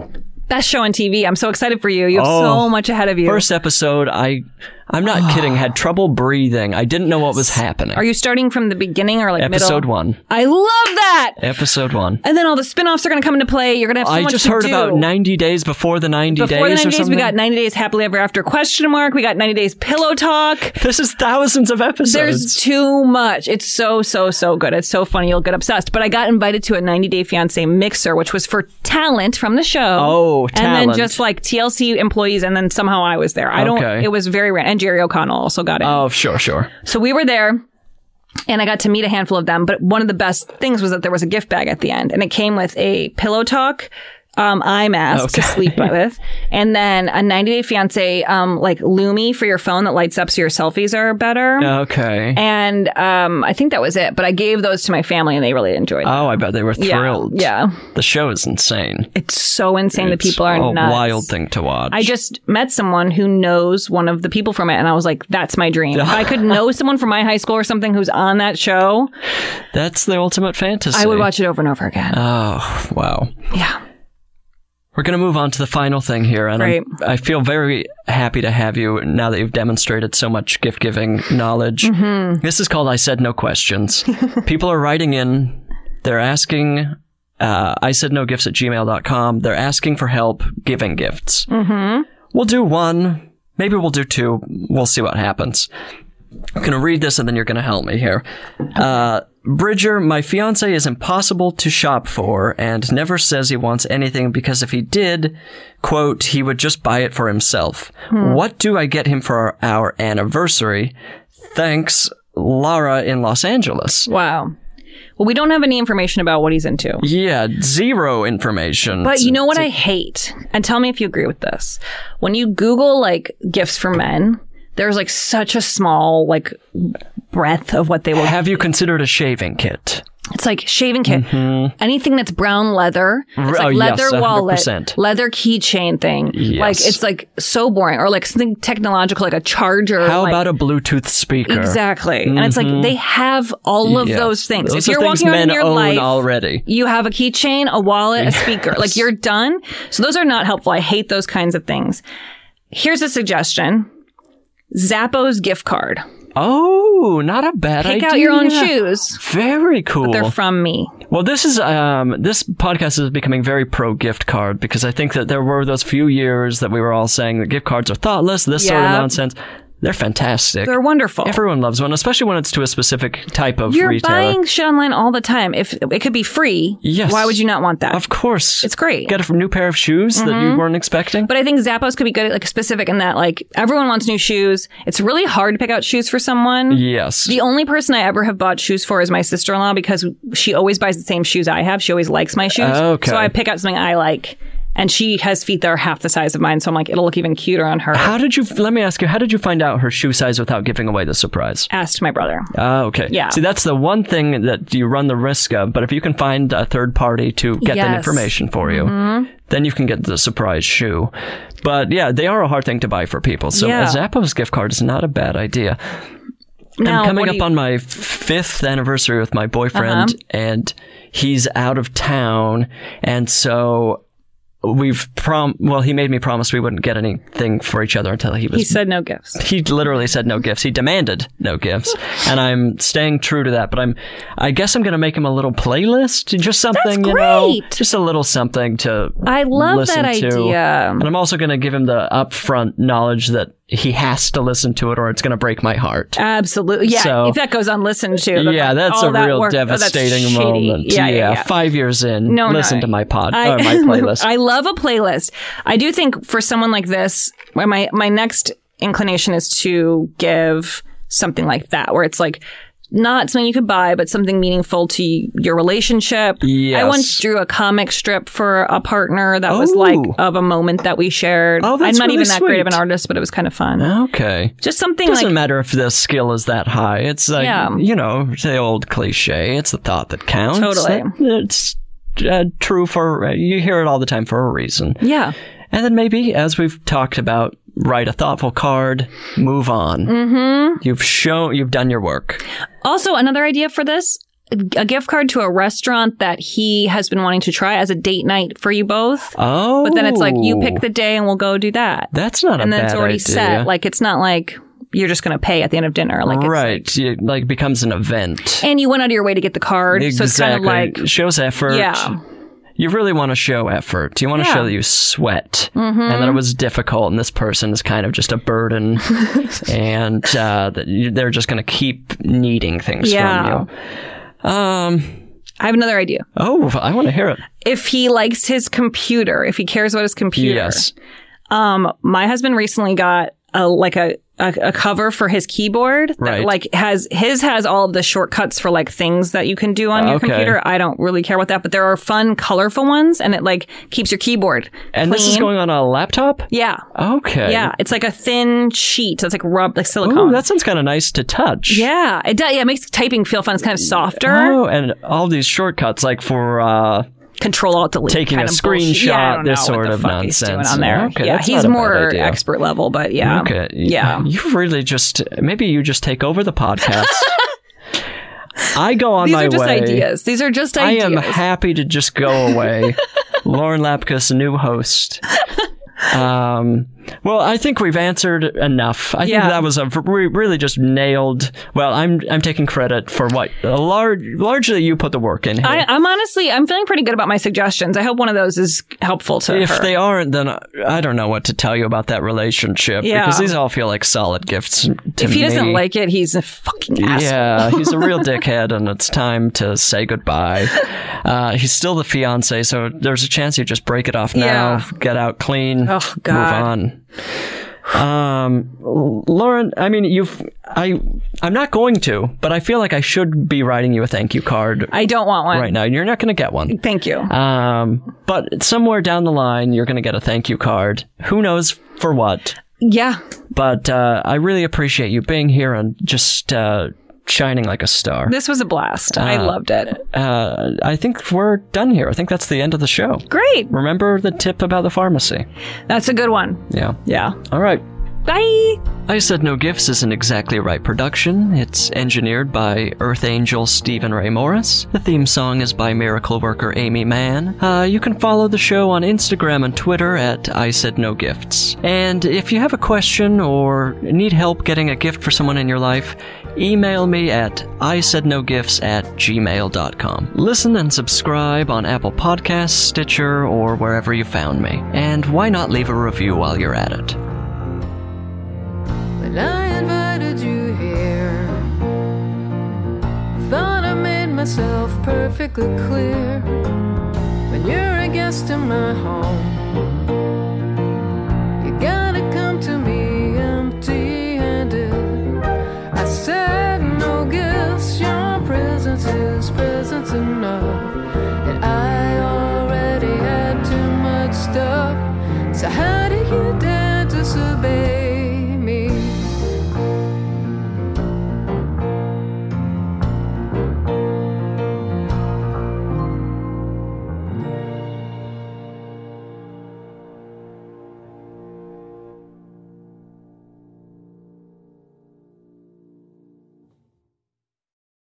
C: Best show on TV. I'm so excited for you. You have
B: Oh.
C: so much ahead of you.
B: First episode, I, I'm not kidding, had trouble breathing. I didn't know what was happening.
C: Are you starting from the beginning or like
B: episode
C: middle?
B: one.
C: I love that.
B: Episode one.
C: And then all the spin-offs are going to come into play. You're going to have so
B: I
C: much
B: just
C: to
B: heard
C: do.
B: about 90 days before the 90
C: Before the
B: days
C: 90
B: or
C: days,
B: something.
C: we got 90 days happily ever after question mark. We got 90 days pillow talk.
B: this is thousands of episodes.
C: There's too much. It's so, so, so good. It's so funny. You'll get obsessed. But I got invited to a 90 Day Fiance mixer, which was for talent from the show.
B: Oh,
C: And
B: talent.
C: then just like TLC employees, and then somehow I was there. I don't,
B: Okay.
C: it was very random. And Jerry O'Connell also got in.
B: oh, sure, sure.
C: So we were there. And I got to meet a handful of them, but one of the best things was that there was a gift bag at the end, and it came with a pillow talk um, eye mask to
B: Okay.
C: sleep with, and then a 90 Day Fiance um, like Lumi for your phone that lights up so your selfies are better.
B: Oh, Okay.
C: Um, And um, I think that was it. But I gave those to my family, and they really enjoyed. it.
B: oh, I bet they were
C: yeah,
B: thrilled.
C: yeah.
B: The show is insane.
C: It's so insane.
B: It's
C: the people are
B: a
C: nuts.
B: wild thing to watch.
C: I just met someone who knows one of the people from it, and I was like, "That's my dream. if I could know someone from my high school or something who's on that show,
B: That's the ultimate fantasy.
C: I would watch it over and over again."
B: Oh, wow.
C: yeah,
B: We're going to move on to the final thing here, and I'm- I feel very happy to have you now that you've demonstrated so much gift giving knowledge. This is called I Said No Questions. People are writing in, they're asking. Uh, I said no gifts at gmail.com. They're asking for help giving gifts. Mm-hmm. We'll do one. Maybe we'll do two. We'll see what happens. I'm going to read this and then you're going to help me here. Uh, Bridger, my fiance is impossible to shop for and never says he wants anything because if he did, quote, he would just buy it for himself.
C: Hmm.
B: What do I get him for our, our anniversary? Thanks, Lara in Los Angeles.
C: wow. Well, we don't have any information about what he's into.
B: Yeah, zero information.
C: But you know what I hate? And tell me if you agree with this. When you Google like gifts for men, there's like such a small like breadth of what they will
B: Have you considered a shaving kit?
C: It's like shaving kit. Anything that's brown leather. It's
B: Mm-hmm. Oh,
C: like
B: yes,
C: leather wallet,
B: 100%.
C: leather keychain thing. Like it's like so boring. Or like something technological, like a charger.
B: How
C: like-
B: about a Bluetooth speaker?
C: Exactly. And it's like they have all of
B: Yeah.
C: those things.
B: Those
C: if
B: are
C: you're
B: things
C: walking around
B: men
C: in your
B: own
C: life
B: already.
C: you have a keychain, a wallet, a speaker. Like you're done. So those are not helpful. I hate those kinds of things. Here's a suggestion. Zappos gift card.
B: Oh, not a bad
C: Pick
B: idea.
C: out your own shoes.
B: Very cool.
C: They're from me.
B: Well, this is um, this podcast is becoming very pro gift card because I think that there were those few years that we were all saying that gift cards are thoughtless, this sort of
C: Yeah.
B: nonsense. They're fantastic.
C: They're wonderful.
B: Everyone loves one, especially when it's to a specific type of
C: You're
B: retailer.
C: buying shit online all the time. If it could be free,
B: Yes.
C: why would you not want that?
B: of course.
C: It's great. Mm-hmm.
B: Get a new pair of shoes that you weren't expecting.
C: But I think Zappos could be good at like specific in that like everyone wants new shoes. It's really hard to pick out shoes for someone.
B: yes.
C: The only person I ever have bought shoes for is my sister in law because she always buys the same shoes I have. She always likes my shoes.
B: Okay.
C: So I pick out something I like. And she has feet that are half the size of mine. So I'm like, it'll look even cuter on her.
B: how did you? Let me ask you. How did you find out her shoe size without giving away the surprise?
C: Asked my brother.
B: Ah, okay.
C: Yeah.
B: See, that's the one thing that you run the risk of. But if you can find a third party to get that
C: Yes. Mm-hmm.
B: information for you, then you can get the surprise shoe. But yeah, they are a hard thing to buy for people. So
C: Yeah.
B: a Zappos gift card is not a bad idea.
C: Now,
B: I'm coming
C: what do
B: up
C: you- Uh-huh.
B: on my fifth anniversary with my boyfriend, and he's out of town, and so we've prom. Well, he made me promise we wouldn't get anything for each other until he was.
C: He said no gifts.
B: he literally said no gifts. He demanded no gifts, and I'm staying true to that. But I'm, I guess I'm gonna make him a little playlist, just something, you know,
C: great.
B: just a little something to.
C: I love
B: listen
C: that
B: to.
C: idea.
B: And I'm also gonna give him the upfront knowledge that he has to listen to it, or it's gonna break my heart.
C: Absolutely. Yeah.
B: So-
C: if that goes unlistened to. then,
B: yeah,
C: like,
B: that's
C: all
B: a
C: that
B: real
C: work- oh, that's
B: devastating
C: shitty.
B: moment.
C: Yeah. yeah, yeah.
B: five years in,
C: No, no,
B: listen
C: I-
B: to my pod or my playlist.
C: I love a playlist. I do think for someone like this, where my my next inclination is to give something like that, where it's like not something you could buy, but something meaningful to y- your relationship.
B: Yes.
C: I once drew a comic strip for a partner that was
B: Oh.
C: like of a moment that we shared.
B: Oh, that's
C: I'm not
B: really
C: even that great of an
B: sweet.
C: artist, but it was kind of fun.
B: okay.
C: Just something
B: Doesn't
C: like
B: matter if the skill is that high. It's like
C: Yeah.
B: you know the old cliche. It's the thought that counts.
C: Totally.
B: That- it's uh, true for you hear it all the time for a reason.
C: yeah.
B: And then maybe, as we've talked about, write a thoughtful card. Move on. Mm-hmm. You've shown you've done your work.
C: Also, another idea for this a gift card to a restaurant that he has been wanting to try as a date night for you both.
B: Oh,
C: But then it's like you pick the day and we'll go do that.
B: That's not a
C: and then
B: bad
C: it's already
B: idea.
C: set. Like it's not like you're just gonna pay at the end of dinner. Like it's like-
B: right, it like becomes an event.
C: and you went out of your way to get the card, so it's kind of like
B: shows effort.
C: yeah,
B: You really want to show effort. You want to
C: Yeah. Mm-hmm.
B: show that you sweat and that it was difficult and this person is kind of just a burden and uh, that you, they're just going to keep needing things
C: Yeah.
B: from you. Um,
C: I have another idea.
B: oh, I want to hear it.
C: If he likes his computer, if he cares about his computer,
B: Yes.
C: Um, my husband recently got a like a a, a cover for his keyboard that
B: Right.
C: like has his has all of the shortcuts for like things that you can do on your
B: Okay.
C: computer. I don't really care about that, but there are fun, colorful ones, and it like keeps your keyboard
B: And this is
C: clean.
B: going on a laptop?
C: Yeah,
B: Okay.
C: yeah, it's like a thin sheet that's like rub like silicone.
B: Ooh, that sounds kind of nice to touch.
C: yeah, it does. Yeah, it makes typing feel fun. It's kind of softer.
B: Oh, and all these shortcuts, like for uh,
C: Control Alt Delete.
B: Taking
C: kind
B: a
C: of bullshit. Yeah, I
B: screenshot,
C: don't
B: this
C: know what
B: sort
C: the
B: of
C: fuck he's doing
B: nonsense.
C: on there.
B: Okay,
C: yeah,
B: that's
C: he's
B: not a bad
C: more
B: idea.
C: expert level, but yeah,
B: Okay.
C: Um, yeah.
B: You really just maybe you just take over the podcast. I go on
C: These
B: my
C: are just
B: way.
C: ideas. These are just
B: I
C: ideas.
B: am happy to just go away. Lauren Lapkus, new host. Um, well, I think we've answered enough. I
C: Yeah.
B: think that was a we really just nailed. Well, I'm I'm taking credit for what a large largely you put the work in here.
C: I, I'm honestly, I'm feeling pretty good about my suggestions. I hope one of those is helpful to
B: if
C: her.
B: they aren't, then I- I don't know what to tell you about that relationship
C: Yeah.
B: because these all feel like solid gifts to
C: if he doesn't
B: me.
C: like it, he's a fucking asshole.
B: Yeah, he's a real dickhead, and it's time to say goodbye. Uh, he's still the fiance, so there's a chance you just break it off now,
C: Yeah.
B: get out clean,
C: Oh, God.
B: move on. Um, Lauren, I mean, you've I I'm not going to, but I feel like I should be writing you a thank you card
C: I don't want one.
B: right now. You're not going to get one.
C: Thank you.
B: Um, but somewhere down the line, you're going to get a thank you card. Who knows for what?
C: yeah.
B: But uh, I really appreciate you being here and just uh, shining like a star.
C: This was a blast. I loved it.
B: uh, I think we're done here. I think that's the end of the show.
C: Great.
B: Remember the tip about the pharmacy.
C: That's a good one.
B: Yeah.
C: Yeah.
B: All right.
C: Bye.
B: I Said No Gifts is an exactly right production. It's engineered by Earth Angel Stephen Ray Morris. The theme song is by miracle worker Amy Mann. Uh, you can follow the show on Instagram and Twitter at I Said No Gifts. And if you have a question or need help getting a gift for someone in your life, email me at I Said No Gifts at gmail.com. Listen and subscribe on Apple Podcasts, Stitcher, or wherever you found me. And why not leave a review while you're at it?
A: When I myself perfectly clear. When you're a guest in my home,